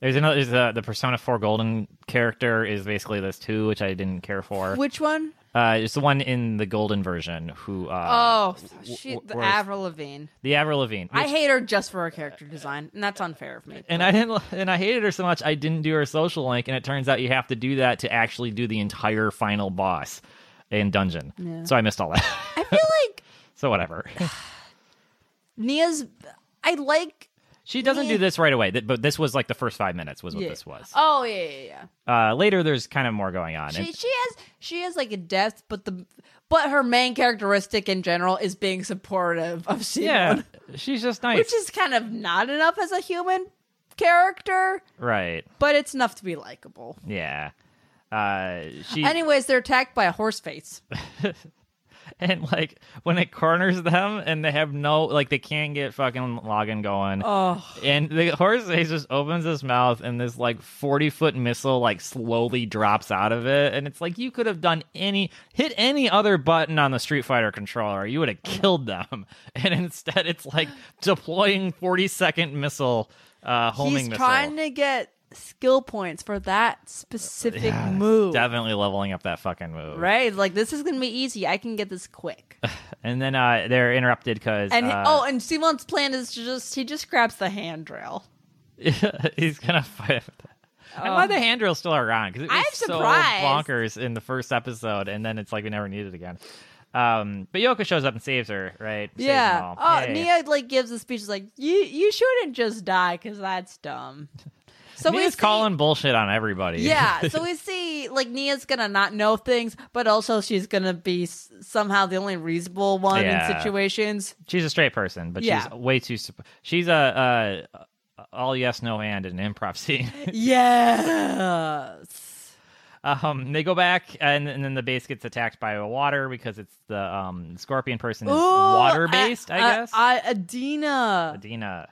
S1: There's another. There's uh, the, the Persona Four Golden character is basically this too, which I didn't care for.
S2: Which one?
S1: Uh, it's the one in the Golden version who uh,
S2: Oh, she,
S1: wh-
S2: the
S1: where's-
S2: Avril Lavigne.
S1: the Avril Lavigne.
S2: I hate her just for her character design, and that's unfair of me.
S1: and I didn't and I hated her so much I didn't do her social link and it turns out you have to do that to actually do the entire final boss in dungeon.
S2: Yeah.
S1: So I missed all that.
S2: I feel like
S1: so whatever.
S2: Nia's. I like
S1: She doesn't do this right away, th- but this was like the first five minutes was what
S2: Yeah.
S1: this was.
S2: Oh yeah, yeah, yeah.
S1: Uh, later, there's kind of more going on.
S2: She
S1: And
S2: she has she has like a depth, but the but her main characteristic in general is being supportive of Simon,
S1: yeah, she's just nice,
S2: which is kind of not enough as a human character,
S1: right?
S2: but it's enough to be likable.
S1: Yeah. Uh, she
S2: Anyways, they're attacked by a horse face.
S1: and like when it corners them and they have no like they can't get fucking login going.
S2: Oh,
S1: And the horse face just opens his mouth, and this like forty foot missile like slowly drops out of it, and it's like you could have done any hit any other button on the Street Fighter controller, you would have killed them. And instead, it's like deploying forty second missile, uh, homing
S2: he's
S1: missile.
S2: trying to get skill points for that specific
S1: Yeah,
S2: move.
S1: Definitely leveling up that fucking move,
S2: Right, like this is gonna be easy. I can get this quick.
S1: And then uh, they're interrupted because
S2: And
S1: uh,
S2: oh, and Simon's plan is to just he just grabs the handrail.
S1: he's gonna fight. With that. I'm glad the handrail's still around because it was
S2: Um, I'm
S1: so
S2: surprised.
S1: bonkers in the first episode, and then it's like we never need it again. Um, but Yoko shows up and saves her, right? Saves them
S2: Yeah.
S1: all.
S2: Oh,
S1: Yay.
S2: Nia like gives a speech like you you shouldn't just die because that's dumb. So we
S1: Nia's
S2: see,
S1: calling bullshit on everybody.
S2: Yeah. So we see like Nia's gonna not know things, but also she's gonna be s- somehow the only reasonable one in
S1: Yeah.
S2: situations.
S1: she's a straight person, but
S2: Yeah.
S1: she's way too. sup- She's a, a all yes no hand in an improv scene.
S2: yes.
S1: um, they go back, and, and then the base gets attacked by a water because it's the um scorpion person is
S2: uh,
S1: water based, I, guess.
S2: I, uh, Adina.
S1: Adina.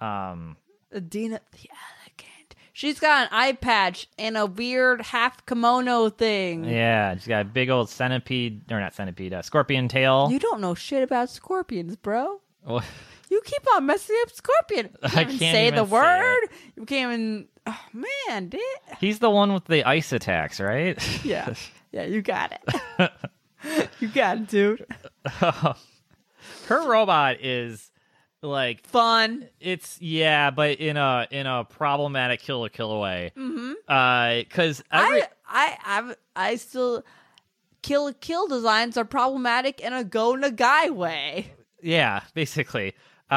S1: Um,
S2: Adina the elegant. She's got an eye patch and a weird half kimono thing.
S1: Yeah, she's got a big old centipede, or not centipede, uh, scorpion tail.
S2: You don't know shit about scorpions, bro.
S1: Well,
S2: You keep on messing up Scorpion. You
S1: I
S2: can't even
S1: can't
S2: say the
S1: even say
S2: word. You can't even. Oh man, did
S1: He's the one with the ice attacks, right?
S2: yeah, yeah. You got it. you got it, dude.
S1: Her robot is like
S2: Fun.
S1: it's yeah, but in a in a problematic killer killer way. Mm-hmm. Uh, because every
S2: I I I I still kill kill designs are problematic in a go nagai way.
S1: yeah, basically. Uh,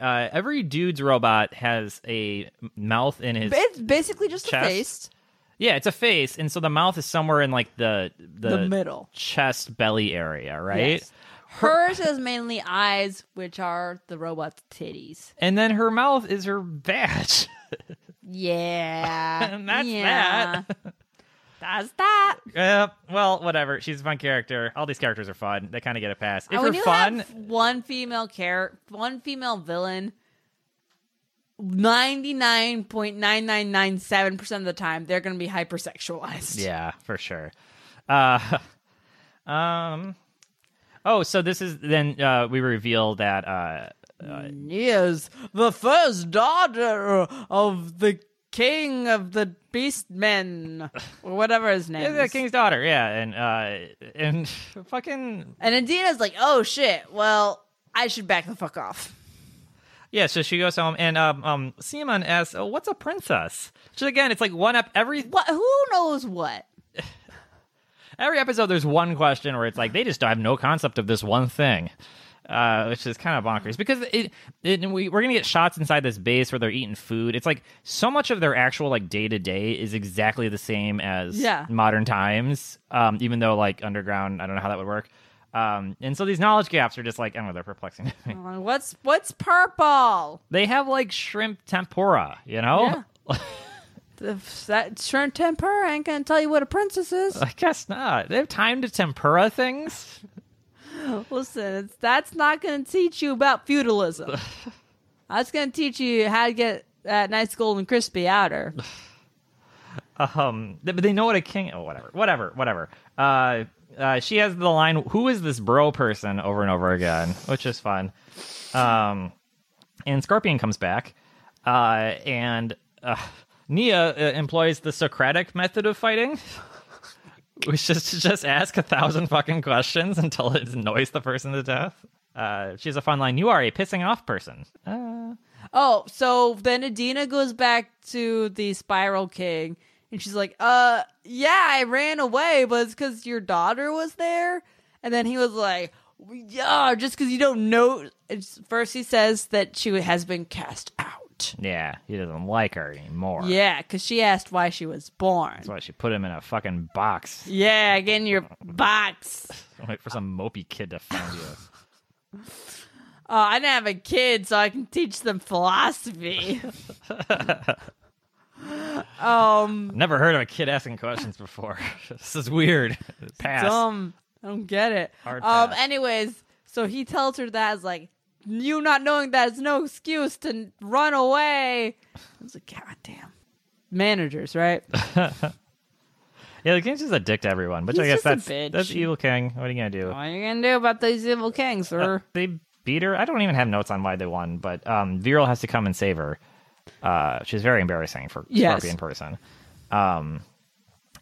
S1: uh, every dude's robot has a m- mouth in his.
S2: It's basically just
S1: Chest?
S2: a face,
S1: yeah, it's a face, and so the mouth is somewhere in like the the,
S2: the middle.
S1: chest belly area, right?
S2: Yes. Hers is mainly eyes, which are the robot's titties.
S1: And then her mouth is her badge.
S2: Yeah,
S1: And that's
S2: yeah.
S1: that.
S2: That's that.
S1: Uh, well, whatever. She's a fun character. All these characters are fun. They kind of get a pass. If
S2: And
S1: you're
S2: when you
S1: fun,
S2: have one female care, one female villain, ninety nine point nine nine nine seven percent of the time they're going to be hypersexualized.
S1: yeah, for sure. Uh, um. Oh, so this is then uh, we reveal that uh,
S2: Nia's the first daughter of the king of the beastmen, or whatever his name
S1: yeah, the
S2: is.
S1: king's daughter, yeah, and uh, and fucking
S2: and Adina's like, "Oh shit! Well, I should back the fuck off."
S1: yeah. So she goes home, and um, um Simon asks, oh, "What's a princess?" Which again, it's like one up every
S2: What? Who knows what?
S1: every episode there's one question where it's like they just have no concept of this one thing uh, which is kind of bonkers because it, it and we, we're gonna get shots inside this base where they're eating food it's like so much of their actual like day-to-day is exactly the same as
S2: Yeah.
S1: modern times um, even though like underground i don't know how that would work um, and so these knowledge gaps are just like i don't know they're perplexing to me
S2: Uh, What's what's purple?
S1: they have like shrimp tempura you know
S2: Yeah. If that shrimp temper ain't gonna tell you what a princess is.
S1: i guess not they have time to tempura things
S2: Listen, it's, that's not gonna teach you about feudalism. that's gonna teach you how to get that nice golden crispy outer.
S1: Um, th- but they know what a king. Oh, whatever, whatever, whatever. Uh, uh, she has the line, "Who is this bro person?" over and over again, which is fun. Um, and Scorpion comes back, uh, and uh, Nia uh, employs the Socratic method of fighting, which is to just ask a thousand fucking questions until it annoys the person to death. Uh, she has a fun line. You are a pissing off person. Uh,
S2: Oh, so then Adina goes back to the Spiral King and she's like, uh, yeah, I ran away, but it's because your daughter was there. And then he was like, yeah, just because you don't know. It's, first, he says that she has been cast out. out.
S1: Yeah, he doesn't like her anymore.
S2: Yeah, because she asked why she was born.
S1: That's why she put him in a fucking box.
S2: Yeah, get in your box.
S1: Wait for some mopey kid to find you.
S2: Oh, I didn't have a kid, so I can teach them philosophy. um,
S1: Never heard of a kid asking questions before. this is weird. Pass.
S2: dumb. I don't get it.
S1: Hard
S2: um,
S1: pass.
S2: anyways, so he tells her that is like you not knowing that is no excuse to n- run away. I was like, God damn, managers, right?
S1: Yeah, the king's just a dick to everyone, which I
S2: He's
S1: guess
S2: just a
S1: that's
S2: bitch.
S1: that's evil king. What are you gonna do?
S2: what are you gonna do about these evil kings,
S1: Uh,
S2: sir?
S1: they beat her. I don't even have notes on why they won, but um, Viral has to come and save her. Uh, she's very embarrassing for
S2: Yes.
S1: Scorpion person. Um,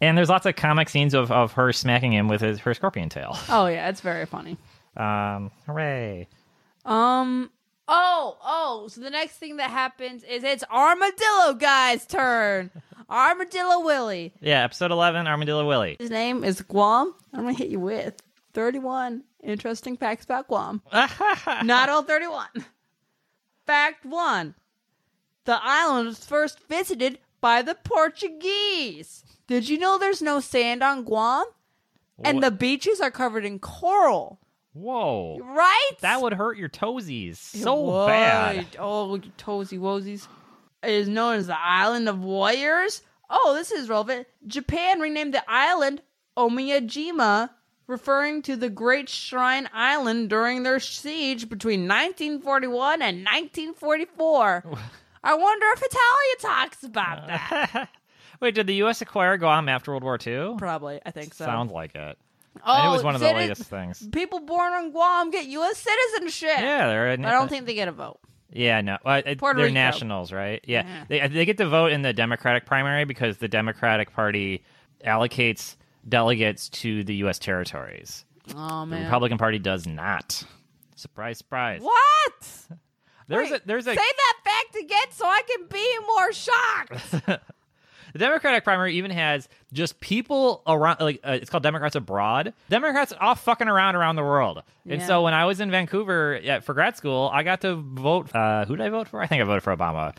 S1: and there's lots of comic scenes of, of her smacking him with his, her scorpion tail.
S2: oh yeah, it's very funny.
S1: Um, hooray!
S2: Um. Oh, oh. So the next thing that happens is it's Armadillo guy's turn. Armadillo Willie.
S1: Yeah, episode eleven, Armadillo Willie.
S2: His name is Guam. I'm gonna hit you with 31 interesting facts about Guam. Not all 31. Fact one: the island was first visited by the Portuguese. Did you know there's no sand on Guam, and
S1: Wha-
S2: the beaches are covered in coral?
S1: Whoa,
S2: Right?
S1: that would hurt your toesies
S2: It
S1: so
S2: would.
S1: bad.
S2: Oh, you toesy woesies. It is known as the Island of Warriors. Oh, this is relevant. Japan renamed the island Omiyajima, referring to the Great Shrine Island during their siege between 1941 and 1944. I wonder if Italia talks about that.
S1: Wait, did the U.S. acquire Guam after World War II?
S2: Probably, I think so.
S1: Sounds like it.
S2: oh,
S1: and it was one of the
S2: citi-
S1: latest things.
S2: People born on Guam get U.S. citizenship.
S1: Yeah, they're.
S2: But I don't think they get a vote.
S1: Yeah, no, uh, it-
S2: Puerto
S1: they're
S2: Rico.
S1: nationals, right? Yeah,
S2: Yeah.
S1: They, they get to vote in the Democratic primary because the Democratic Party allocates delegates to the U.S. territories.
S2: Oh
S1: The
S2: man,
S1: Republican Party does not. Surprise, surprise.
S2: what?
S1: There's
S2: Wait,
S1: a there's a
S2: say that fact again so I can be more shocked.
S1: the Democratic primary even has just people around like uh, it's called Democrats abroad. Democrats all fucking around around the world. And
S2: Yeah.
S1: so when I was in Vancouver at, for grad school, I got to vote. Uh, who did I vote for? I think I voted for Obama.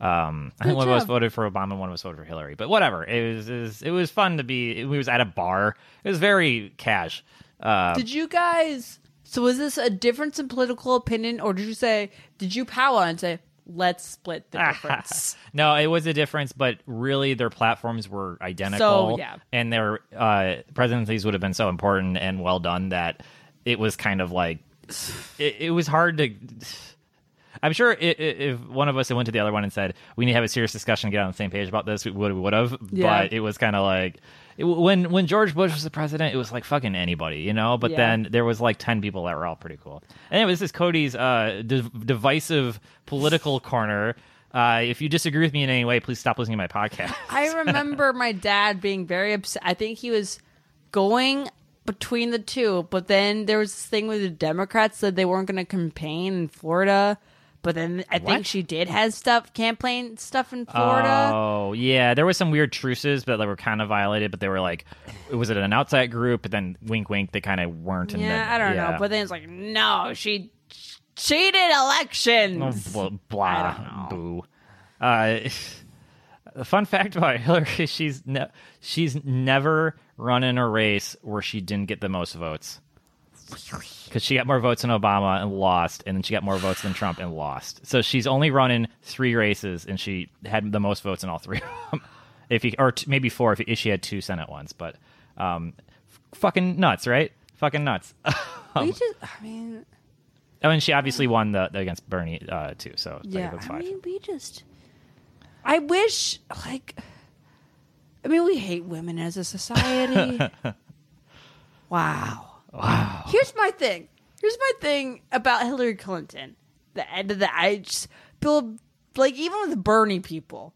S1: Um, I think
S2: Good
S1: one of us
S2: job.
S1: voted for Obama, and one of us voted for Hillary. But whatever, it was it was, it was fun to be. We was at a bar. It was very cash. Uh,
S2: did you guys? So was this a difference in political opinion, or did you say did you power and say let's split the
S1: Ah,
S2: difference?
S1: no, it was a difference, but really their platforms were identical.
S2: So, yeah.
S1: And their uh, presidencies would have been so important and well done that it was kind of like, it, it was hard to. I'm sure i- i- if one of us had went to the other one and said we need to have a serious discussion, and get on the same page about this, we would would have.
S2: Yeah.
S1: But it was kind of like it, when when George Bush was the president, it was like fucking anybody, you know. But
S2: Yeah.
S1: then there was like ten people that were all pretty cool. Anyway, this is Cody's uh, div divisive political corner. Uh, if you disagree with me in any way, please stop listening to my podcast.
S2: I remember my dad being very upset. I think he was going between the two, but then there was this thing with the Democrats that they weren't going to campaign in Florida. But then I think
S1: What?
S2: she did have stuff campaign stuff in Florida.
S1: Oh yeah, there was some weird truces that were kind of violated, but they were like, was it an outside group? But then wink, wink, they kind of weren't. And
S2: Yeah,
S1: then,
S2: I don't
S1: yeah.
S2: know. But then it's like, no, she cheated elections.
S1: Oh, bl- blah, boo. Uh, the fun fact about Hillary, she's ne- she's never run in a race where she didn't get the most votes. Because she got more votes than Obama and lost, and then she got more votes than Trump and lost. So she's only run in three races, and she had the most votes in all three of them. If you, or t- maybe four if, if she had two Senate ones, but um, f- fucking nuts, right? Fucking nuts.
S2: we just, I mean,
S1: I mean, she obviously won the, the against Bernie uh, too, so it's like,
S2: yeah.
S1: that's
S2: I
S1: five.
S2: mean, we just. I wish, like, I mean, we hate women as a society. wow. Wow. Here's my thing. Here's my thing about Hillary Clinton. The end of the I just feel like even with Bernie people,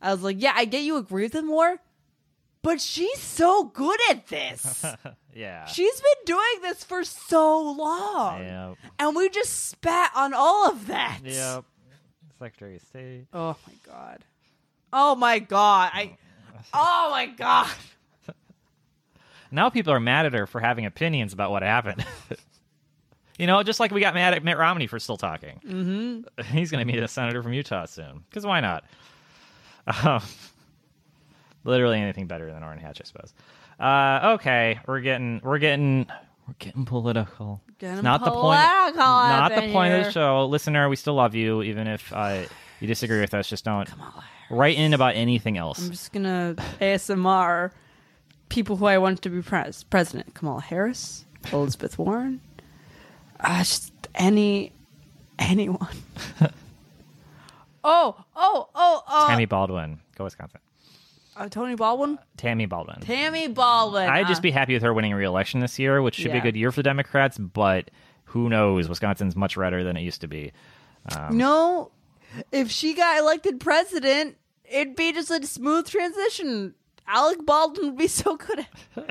S2: I was like, yeah, I get you agree with them more, but she's so good at this.
S1: yeah.
S2: She's been doing this for so long.
S1: Yep.
S2: And we just spat on all of that.
S1: Yep. Secretary of State.
S2: Oh my god. Oh my god. I Oh my god.
S1: Now people are mad at her for having opinions about what happened. you You know, just like we got mad at Mitt Romney for still talking. Mm-hmm. He's going to be a senator from Utah soon. Because why not? Um, literally anything better than Orrin Hatch, I suppose. Uh, okay, we're getting we're getting we're getting political.
S2: Getting
S1: It's not the point.
S2: political up
S1: Not the
S2: in
S1: point of the
S2: here.
S1: show, listener. We still love you, even if uh, you disagree with us. Just don't write in about anything else.
S2: I'm just gonna ASMR people who I want to be pres- president: Kamala Harris, Elizabeth Warren, uh, just any anyone. oh, oh, oh, oh!
S1: Tammy Baldwin, go Wisconsin.
S2: uh, Tony Baldwin,
S1: Tammy Baldwin.
S2: Tammy Baldwin.
S1: I'd just
S2: uh,
S1: be happy with her winning re-election this year, which should be a
S2: Yeah.
S1: good year for the Democrats. But who knows? Wisconsin's much redder than it used to be.
S2: no. If she got elected president, it'd be just a smooth transition. Alec Baldwin would be so good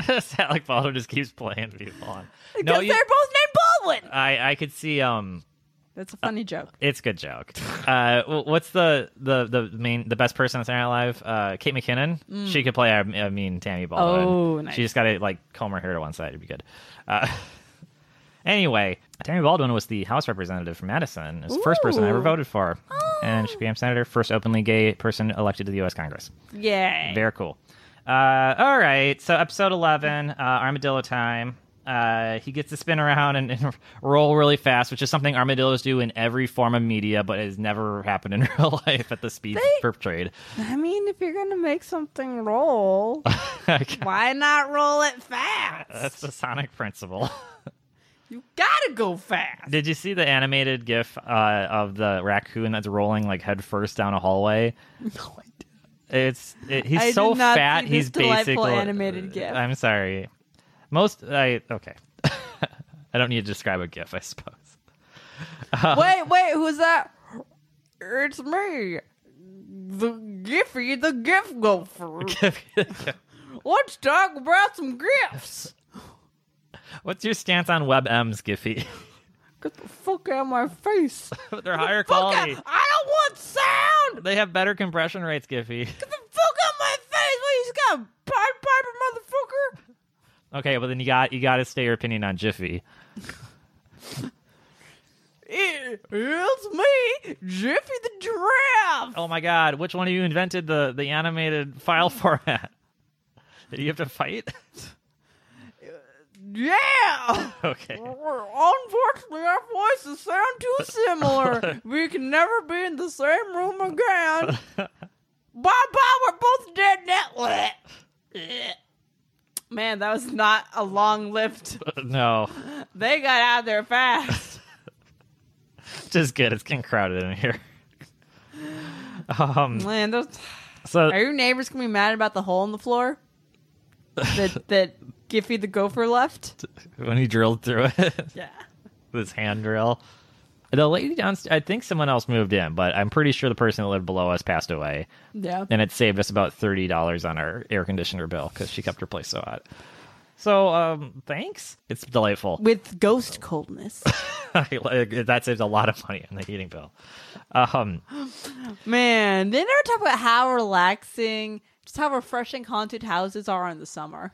S2: at
S1: Alec Baldwin just keeps playing people on.
S2: because
S1: No, you,
S2: they're both named Baldwin.
S1: I I could see um.
S2: That's a funny joke.
S1: It's a good joke. Uh, wh- what's the, the the main the best person on Saturday Night Live? Uh, Kate McKinnon. She could play. I, I mean, Tammy Baldwin.
S2: Mm. Oh, nice.
S1: She just got to like comb her hair to one side. It'd be good. Uh, anyway, Tammy Baldwin was the House representative from Madison. Is the first person I ever
S2: Ooh. Oh.
S1: voted for, and she became senator, first openly gay person elected to the U.S. Congress.
S2: Yay!
S1: Very cool. Uh, all right. So episode eleven, uh, armadillo time. Uh, he gets to spin around and, and roll really fast, which is something armadillos do in every form of media, but has never happened in real life at the speed portrayed.
S2: I mean, if you're gonna make something roll, why not roll it fast?
S1: That's the Sonic principle.
S2: you gotta go fast.
S1: Did you see the animated GIF uh, of the raccoon that's rolling like head first down a hallway?
S2: No, I did.
S1: It's it, he's
S2: I did
S1: so
S2: not see
S1: fat.
S2: this
S1: he's
S2: delightful
S1: basically uh,
S2: animated GIF.
S1: I'm sorry. Most I okay. I don't need to describe a GIF, I suppose.
S2: wait, wait, who's that? It's me, the Giffy, the Gift Gopher. Let's talk about some gifts.
S1: What's your stance on WebMs, Giphy?
S2: Get the fuck out of my face.
S1: They're higher
S2: Fuck
S1: quality.
S2: out- I don't want sound.
S1: They have better compression rates, Giphy.
S2: Get the fuck out of my face. What you just got, a pipe piper, motherfucker?
S1: Okay, well then you got you got to stay your opinion on Jiffy.
S2: It- it's me, Jiffy the Giraffe.
S1: Oh my God, which one of you invented the the animated file format? Did you have to fight?
S2: Yeah.
S1: Okay.
S2: Unfortunately, our voices sound too similar. we can never be in the same room again. bye bye, we're both dead now. Man, that was not a long lift.
S1: No,
S2: They got out there fast.
S1: just good. It's getting crowded in here. Um.
S2: Man, those
S1: So
S2: are your neighbors gonna be mad about the hole in the floor that that Giffy the Gopher left?
S1: when he drilled through it,
S2: Yeah.
S1: this hand drill. The lady downstairs, I think someone else moved in, but I'm pretty sure the person that lived below us passed away.
S2: Yeah.
S1: and it saved us about thirty dollars on our air conditioner bill because she kept her place so hot. So um, thanks. It's delightful.
S2: With ghost coldness.
S1: that saved a lot of money on the heating bill. Um,
S2: Man, they never talk about how relaxing, just how refreshing haunted houses are in the summer.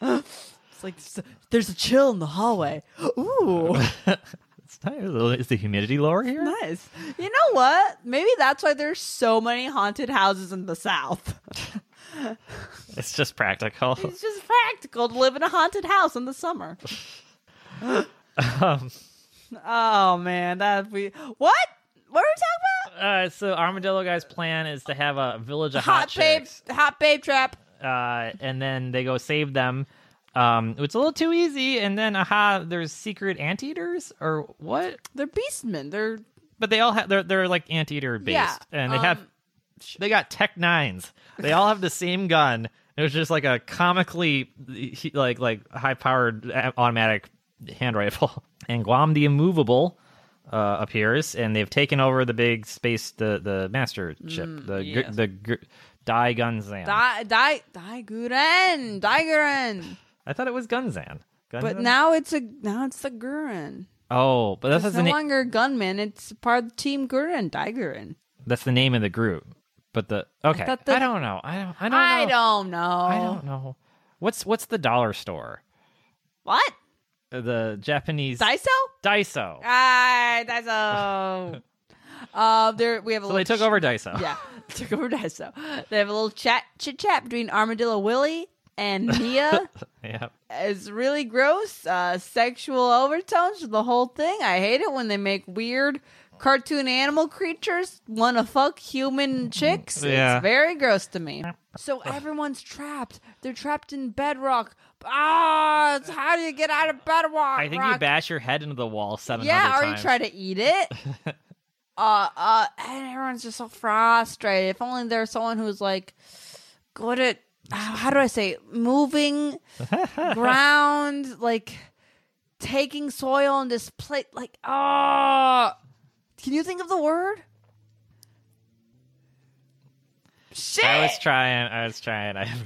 S2: it's like s- there's a chill in the hallway. Ooh,
S1: it's not- is the humidity lower here?
S2: nice. You know what? Maybe that's why there's so many haunted houses in the South.
S1: It's just practical.
S2: It's just practical to live in a haunted house in the summer.
S1: Um,
S2: oh man, that we what? What are we talking about?
S1: Uh, so armadillo guy's plan is to have a village of hot,
S2: Hot, babe,
S1: chicks,
S2: hot babe trap.
S1: uh, and then they go save them. Um, it's a little too easy, and then aha, there's secret anteaters or what?
S2: They're beastmen. They're
S1: But they all have they're they're like anteater based,
S2: Yeah,
S1: and they have
S2: um,
S1: they got Tech Nines. They all have the same gun. It was just like a comically like like high powered automatic hand rifle. And Guam the Immovable uh, appears, and they've taken over the big space the the master ship
S2: Mm,
S1: the gr-
S2: yes.
S1: the gr- Dai Gunzan.
S2: Di Di Daiguren. Daiguren.
S1: I thought it was Gunzan. Gunzan?
S2: But now it's a now it's the Guren.
S1: oh, but that's
S2: It's
S1: the
S2: no
S1: na-
S2: longer gunman, it's part of the team Guren, Daiguren.
S1: that's the name of the group. But the okay, I,
S2: thought the-
S1: don't know. I don't. I don't.
S2: I
S1: know. Oh,
S2: don't know.
S1: I don't know. What's what's the dollar store?
S2: What?
S1: the Japanese
S2: Daiso?
S1: Daiso.
S2: Ah, Daiso. um, there we have a
S1: So
S2: little
S1: they took over Daiso.
S2: Yeah, took over Daiso. They have a little chat chit chat between Armadillo Willie and Mia.
S1: Yep.
S2: it's really gross. Uh, sexual overtones to the whole thing. I hate it when they make weird cartoon animal creatures want to fuck human chicks.
S1: Mm-hmm. Yeah.
S2: It's very gross to me. So everyone's trapped. They're trapped in bedrock. Ah, it's- how do you get out of bedrock?
S1: Uh, I think you bash your head into the wall 700
S2: Yeah, or you
S1: times.
S2: try to eat it. uh, uh, and everyone's just so frustrated. If only there's someone who's like good at uh, how how do I say it? moving ground, like taking soil and display. Like, oh, can you think of the word? Shit,
S1: I was trying. I was trying. I have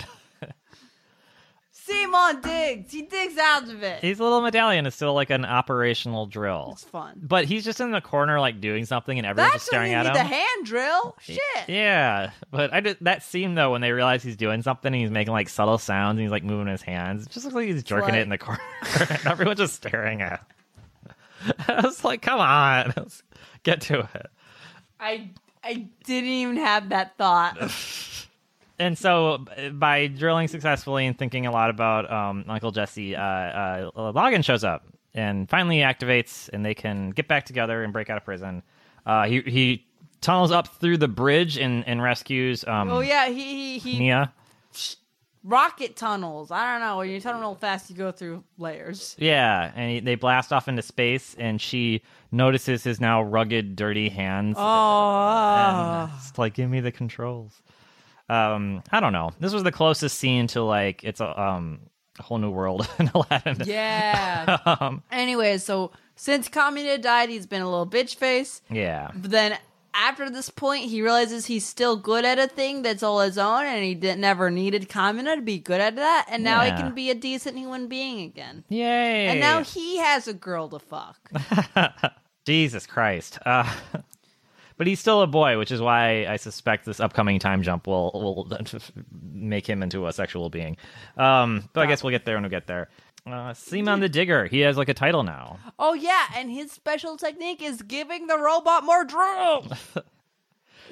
S2: Simon digs. He digs out of it.
S1: His little medallion is still like an operational drill.
S2: It's fun.
S1: But he's just in the corner, like doing something, and everyone's
S2: That's
S1: just
S2: when
S1: staring
S2: you
S1: at
S2: need
S1: him.
S2: the hand drill. Shit.
S1: Yeah, but I did that scene though when they realize he's doing something and he's making like subtle sounds and he's like moving his hands. It just looks like he's jerking it in the corner. and everyone's just staring at. Him. I was like, come on, let's get to it.
S2: I I didn't even have that thought.
S1: And so b- by drilling successfully and thinking a lot about um, Uncle Jesse, uh, uh, Logan shows up and finally activates, and they can get back together and break out of prison. Uh, he he tunnels up through the bridge and and rescues um,
S2: Oh yeah, he he, he
S1: Mia.
S2: rocket tunnels. I don't know. When you tunnel fast, you go through layers.
S1: Yeah, and he, they blast off into space, and she notices his now rugged, dirty hands.
S2: Oh,
S1: and it's like, give me the controls. Um, I don't know. This was the closest scene to like it's a um a whole new world in Aladdin.
S2: yeah.
S1: Um,
S2: Anyway, so since Kamina died, he's been a little bitch face.
S1: yeah.
S2: But then after this point, he realizes he's still good at a thing that's all his own, and he did, never needed Kamina to be good at that. And now
S1: Yeah.
S2: he can be a decent human being again.
S1: Yay.
S2: And now he has a girl to fuck.
S1: Jesus Christ. Uh, but he's still a boy, which is why I suspect this upcoming time jump will will make him into a sexual being. Um, but I guess we'll get there when we get there. Uh, Seaman the Digger. He has like a title now.
S2: Oh yeah, and his special technique is giving the robot more drill.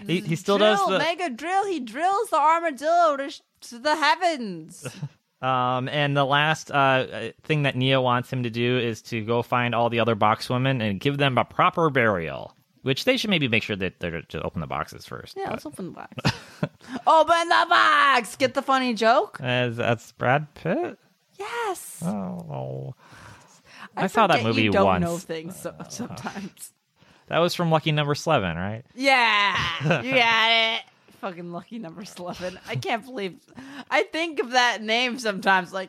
S1: He, he still
S2: drill,
S1: does the
S2: mega drill. He drills the armadillo to, sh- to the heavens.
S1: Um, and the last uh, uh, thing that Neo wants him to do is to go find all the other box women and give them a proper burial, which they should maybe make sure that they're to open the boxes first.
S2: Yeah,
S1: but-
S2: let's open the box. open the box. Get the funny joke.
S1: Uh, that's Brad Pitt.
S2: Yes,
S1: Oh, I saw that
S2: forget
S1: movie
S2: You don't
S1: once.
S2: know things so- sometimes.
S1: that was from Lucky Number Seven, right?
S2: Yeah, you got it. Fucking lucky number eleven. I can't believe. I think of that name sometimes. Like,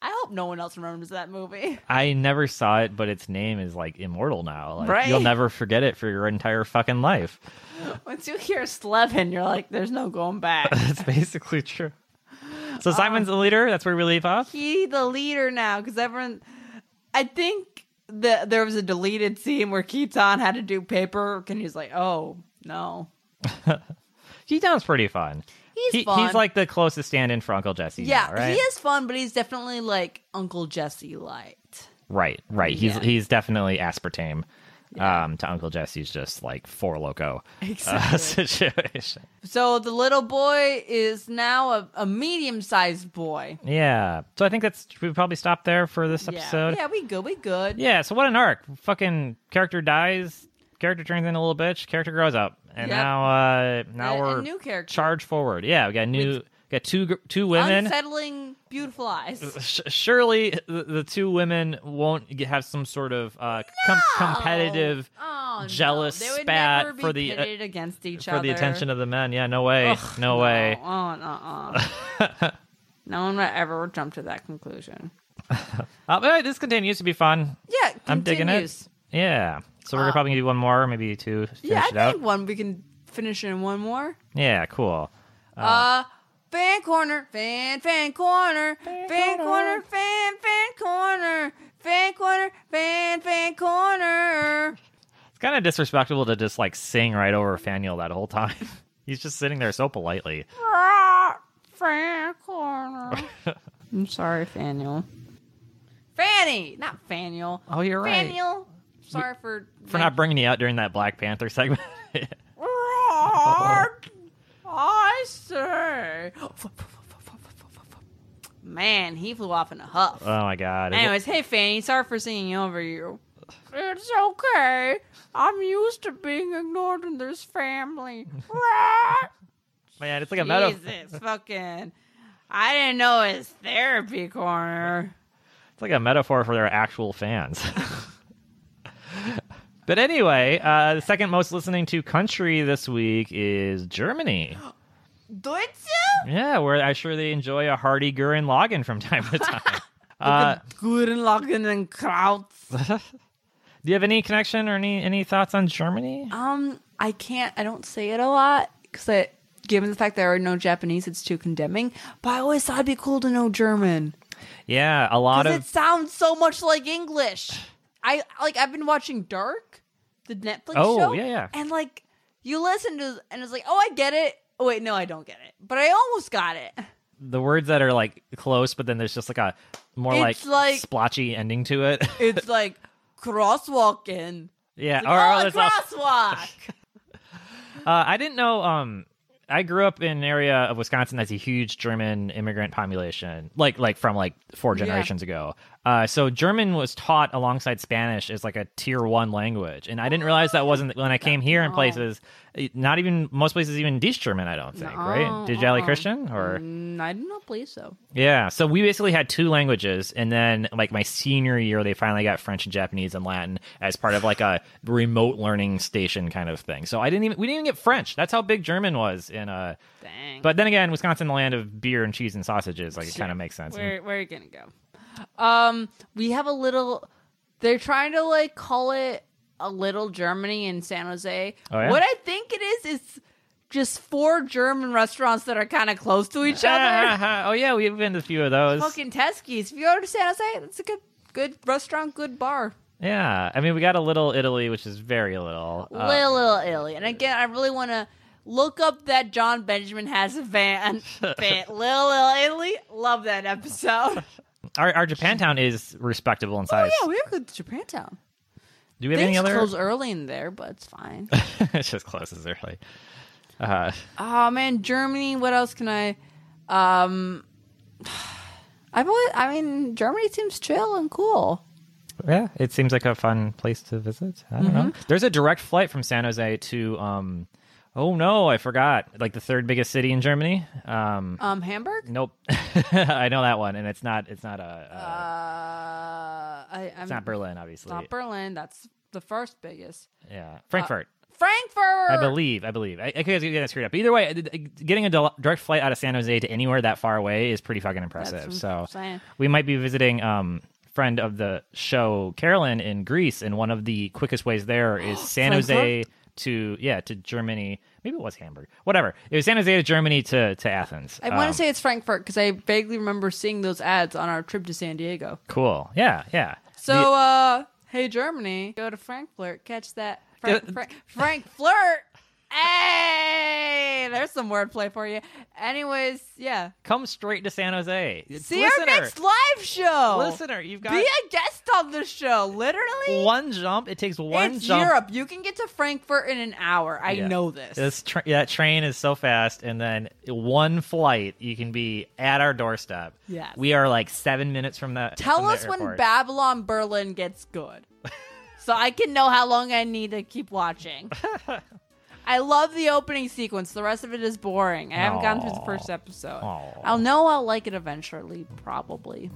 S2: I hope no one else remembers that movie.
S1: I never saw it, but its name is like immortal now. Like,
S2: Right.
S1: You'll never forget it for your entire fucking life.
S2: Once you hear eleven, you're like, there's no going back.
S1: That's basically true.
S2: Um,
S1: So Simon's the leader. That's where we leave off.
S2: he the leader now because everyone i think that there was a deleted scene where keaton had to do paper and he's like oh no
S1: He sounds pretty fun.
S2: he's
S1: He-
S2: fun
S1: he's like the closest stand-in for Uncle Jesse.
S2: yeah
S1: now, right?
S2: he is fun but he's definitely like uncle jesse light
S1: Right, right. He's
S2: Yeah.
S1: he's definitely aspartame. Um, to Uncle Jesse's just like four loco uh,
S2: Exactly.
S1: situation.
S2: so the little boy is now a, a medium-sized boy
S1: Yeah. So I think that's we probably stop there for this
S2: yeah
S1: episode.
S2: yeah we good we good
S1: Yeah, So what an arc! Fucking character dies, character turns into a little bitch, character grows up, and
S2: Yep.
S1: now uh now
S2: And- and
S1: we're
S2: new character.
S1: charge forward. Yeah, we got new got two gr- two women.
S2: unsettling beautiful eyes
S1: Sh- surely the, the two women won't g- have some sort of uh com- competitive
S2: oh, no.
S1: jealous
S2: they would
S1: spat
S2: never be
S1: for the, uh,
S2: pitted against each
S1: for the
S2: other.
S1: attention of the men. Yeah, no way, no, way.
S2: Oh, no, uh. no one would ever jump to that conclusion.
S1: Uh, but this continues to be fun.
S2: Yeah, continues. Uh,
S1: I'm digging it. Yeah, so we're probably gonna do one more, maybe two. to Finish
S2: Yeah, I
S1: it out.
S2: think one we can finish in one more.
S1: Yeah, cool.
S2: Uh, fan corner, fan fan corner, fan corner, fan fan corner, fan corner, fan fan corner.
S1: It's kind of disrespectful to just like sing right over Faniel that whole time. He's just sitting there so politely.
S2: Rah, fan corner. I'm sorry, Faniel. Fanny, not Faniel.
S1: Oh, you're right.
S2: Faniel. Sorry for
S1: For not bringing you out during that Black Panther segment.
S2: Rock, I say. Man, he flew off in a huff.
S1: oh my god. Is it-
S2: Anyways, hey Fanny, sorry for singing over you. It's okay. I'm used to being ignored in this family.
S1: man, it's like a metaphor.
S2: Jesus fucking. I didn't know it's therapy corner.
S1: It's like a metaphor for their actual fans. but anyway, uh, the second most listening to country this week is Germany.
S2: Deutsche?
S1: Yeah, where I'm sure they enjoy a hearty Gurin Lagen from time to time. uh,
S2: Guten Lachen and Krauts.
S1: do you have any connection or any any thoughts on Germany?
S2: Um, I can't. I don't say it a lot because I, given the fact that I already know Japanese, it's too condemning. But I always thought it'd be cool to know German
S1: Yeah, a lot
S2: because
S1: of
S2: it sounds so much like English. I like. I've been watching Dark, the Netflix
S1: Oh,
S2: show.
S1: yeah, yeah.
S2: And like, you listen to, and it's like, oh, I get it. Oh, wait, no, I don't get it, but I almost got it.
S1: the words that are like close, but then there's just like a more
S2: It's
S1: like,
S2: like-
S1: splotchy ending to it.
S2: It's like crosswalking.
S1: yeah,
S2: It's
S1: or- or
S2: like, oh, a
S1: there's also-
S2: crosswalk.
S1: Uh, I didn't know. Um, I grew up in an area of Wisconsin that's a huge German immigrant population, like like from like four
S2: Yeah.
S1: generations ago. Uh, so German was taught alongside Spanish as like a tier one language, and I didn't realize that wasn't when I came here in
S2: Oh, No.
S1: places. it- Not even most places, even Deutsch German. I don't think.
S2: No,
S1: right? Did Jolly
S2: uh-uh.
S1: Christian or
S2: Mm, I do not believe so.
S1: yeah? So we basically had two languages, and then like my senior year, they finally got French and Japanese and Latin as part of like a remote learning station kind of thing. So I didn't even we didn't even get French. That's how big German was in uh
S2: Dang.
S1: but then again, Wisconsin, the land of beer and cheese and sausages, like it kind of makes sense.
S2: Where where are you gonna go? Um, we have a little. They're trying to like call it a little Germany in San Jose.
S1: Oh, yeah?
S2: What I think it is is just four German restaurants that are kind of close to each other.
S1: oh yeah, we've been to a few of those.
S2: Fucking Teskies. If you go to San Jose, that's a good good restaurant, good bar.
S1: Yeah, I mean, we got a little Italy, which is very little. Uh,
S2: little little Italy. And again, I really want to look up that John Benjamin has a van. van. Little little Italy. Love that episode.
S1: Um, our our Japantown is respectable in size.
S2: Oh, yeah, we have good Japantown.
S1: Do we have
S2: They
S1: any
S2: just
S1: other?
S2: close early in there, but it's fine.
S1: it's just closes early. Uh,
S2: oh man, Germany. What else can I? Um, I've always, I mean, Germany seems chill and cool.
S1: yeah, it seems like a fun place to visit. I don't know. There's a direct flight from San Jose to. Um, oh no, I forgot. Like the third biggest city in Germany. Um,
S2: Um, Hamburg.
S1: nope, I know that one, and it's not. It's not a. Uh,
S2: Uh, I, I'm
S1: it's not Berlin, obviously.
S2: Not Berlin. That's the first biggest.
S1: Yeah, Frankfurt.
S2: Frankfurt.
S1: I believe. I believe. I, I could get that screwed up. But either way, th- th- getting a del- direct flight out of San Jose to anywhere that far away is pretty fucking
S2: That's
S1: impressive.
S2: what
S1: So
S2: I'm saying.
S1: we might be visiting um friend of the show Carolyn in Greece, and one of the quickest ways there is San Jose to yeah to Germany. Maybe it was Hamburg. Whatever. It was San Jose to Germany to to Athens. Uh,
S2: I want to say it's Frankfurt because I vaguely remember seeing those ads on our trip to San Diego.
S1: cool. Yeah, yeah.
S2: So, uh, hey Germany, go to Frankfurt, catch that Frank,
S1: Go-
S2: Frank, Frank Flirt. Hey, there's some wordplay for you. Anyways, yeah.
S1: come straight to San Jose.
S2: See
S1: listener,
S2: our next live show.
S1: listener. You've got
S2: Be a guest on the show. Literally,
S1: one jump. It takes one
S2: it's
S1: jump
S2: Europe. You can get to Frankfurt in an hour. I
S1: Yeah.
S2: know this.
S1: This tra- that train is so fast, and then one flight, you can be at our doorstep.
S2: Yes.
S1: we are like seven minutes from the.
S2: Tell
S1: from the
S2: us when
S1: airport.
S2: Babylon Berlin gets good, so I can know how long I need to keep watching. I love the opening sequence. The rest of it is boring. I haven't gotten through the
S1: Aw.
S2: first episode.
S1: Aw.
S2: I'll know I'll like it eventually, probably.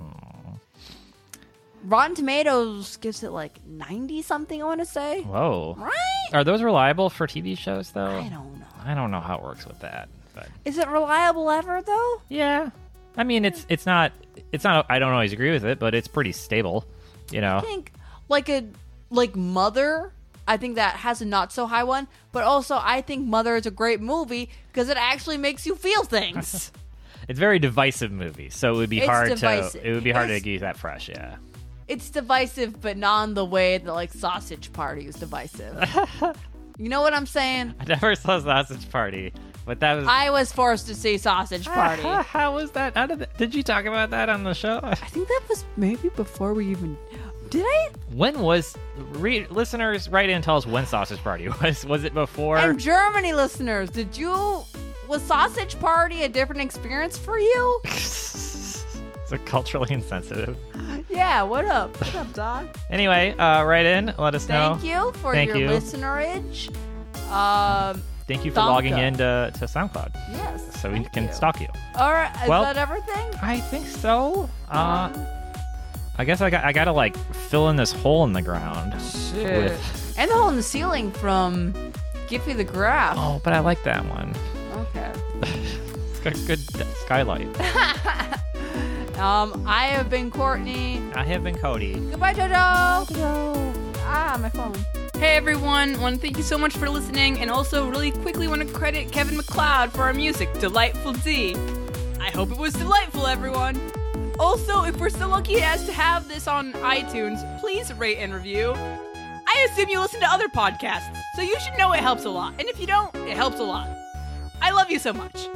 S2: Rotten Tomatoes gives it like ninety something. I want to say.
S1: Whoa,
S2: Right?
S1: are those reliable for TV shows though?
S2: I don't know.
S1: I don't know how it works with that, but
S2: Is it reliable ever though?
S1: yeah, I mean it's it's not it's not. I don't always agree with it, but it's pretty stable. You know,
S2: I think like a like Mother. I think that has a not so high one, but also I think Mother is a great movie because it actually makes you feel things.
S1: it's a very divisive movie, so it would be
S2: It's
S1: hard
S2: divisive.
S1: to it would be hard
S2: It's-
S1: to get that fresh. Yeah,
S2: it's divisive, but not in the way that like Sausage Party was divisive. you know what I'm saying?
S1: I never saw Sausage Party But that was.
S2: I was forced to see Sausage Party. I
S1: How was that? How did that? Did you talk about that on the show?
S2: think that was maybe before we even. Did I?
S1: When was re- listeners write in and tell us when Sausage Party was? Was it before?
S2: And Germany listeners, did you. Was Sausage Party a different experience for you?
S1: it's a culturally insensitive.
S2: Yeah, what up? What up, Don?
S1: Anyway, uh, write in. Let us know.
S2: Thank you for
S1: Thank
S2: your
S1: you.
S2: listenerage. Um,
S1: Thank you for
S2: Thumbed
S1: logging
S2: up.
S1: in to, to SoundCloud
S2: yes.
S1: so we
S2: thank
S1: can
S2: you.
S1: stalk you.
S2: All right, is
S1: Well-
S2: that everything?
S1: I think so. Uh, I guess I got I gotta like fill in this hole in the ground.
S2: Shit. And the hole in the ceiling from Give Me the Graph.
S1: Oh, but I like that one.
S2: Okay.
S1: It's got a good skylight.
S2: Um, I have been Courtney.
S1: I have been Cody.
S2: Goodbye, Jojo. Ah, my phone.
S3: Hey everyone, want to thank you so much for listening and also really quickly want to credit Kevin McLeod for our music, Delightful D. I hope it was delightful, everyone. Also, if we're so lucky as to have this on iTunes, please rate and review. I assume you listen to other podcasts, so you should know it helps a lot. And if you don't, it helps a lot. I love you so much.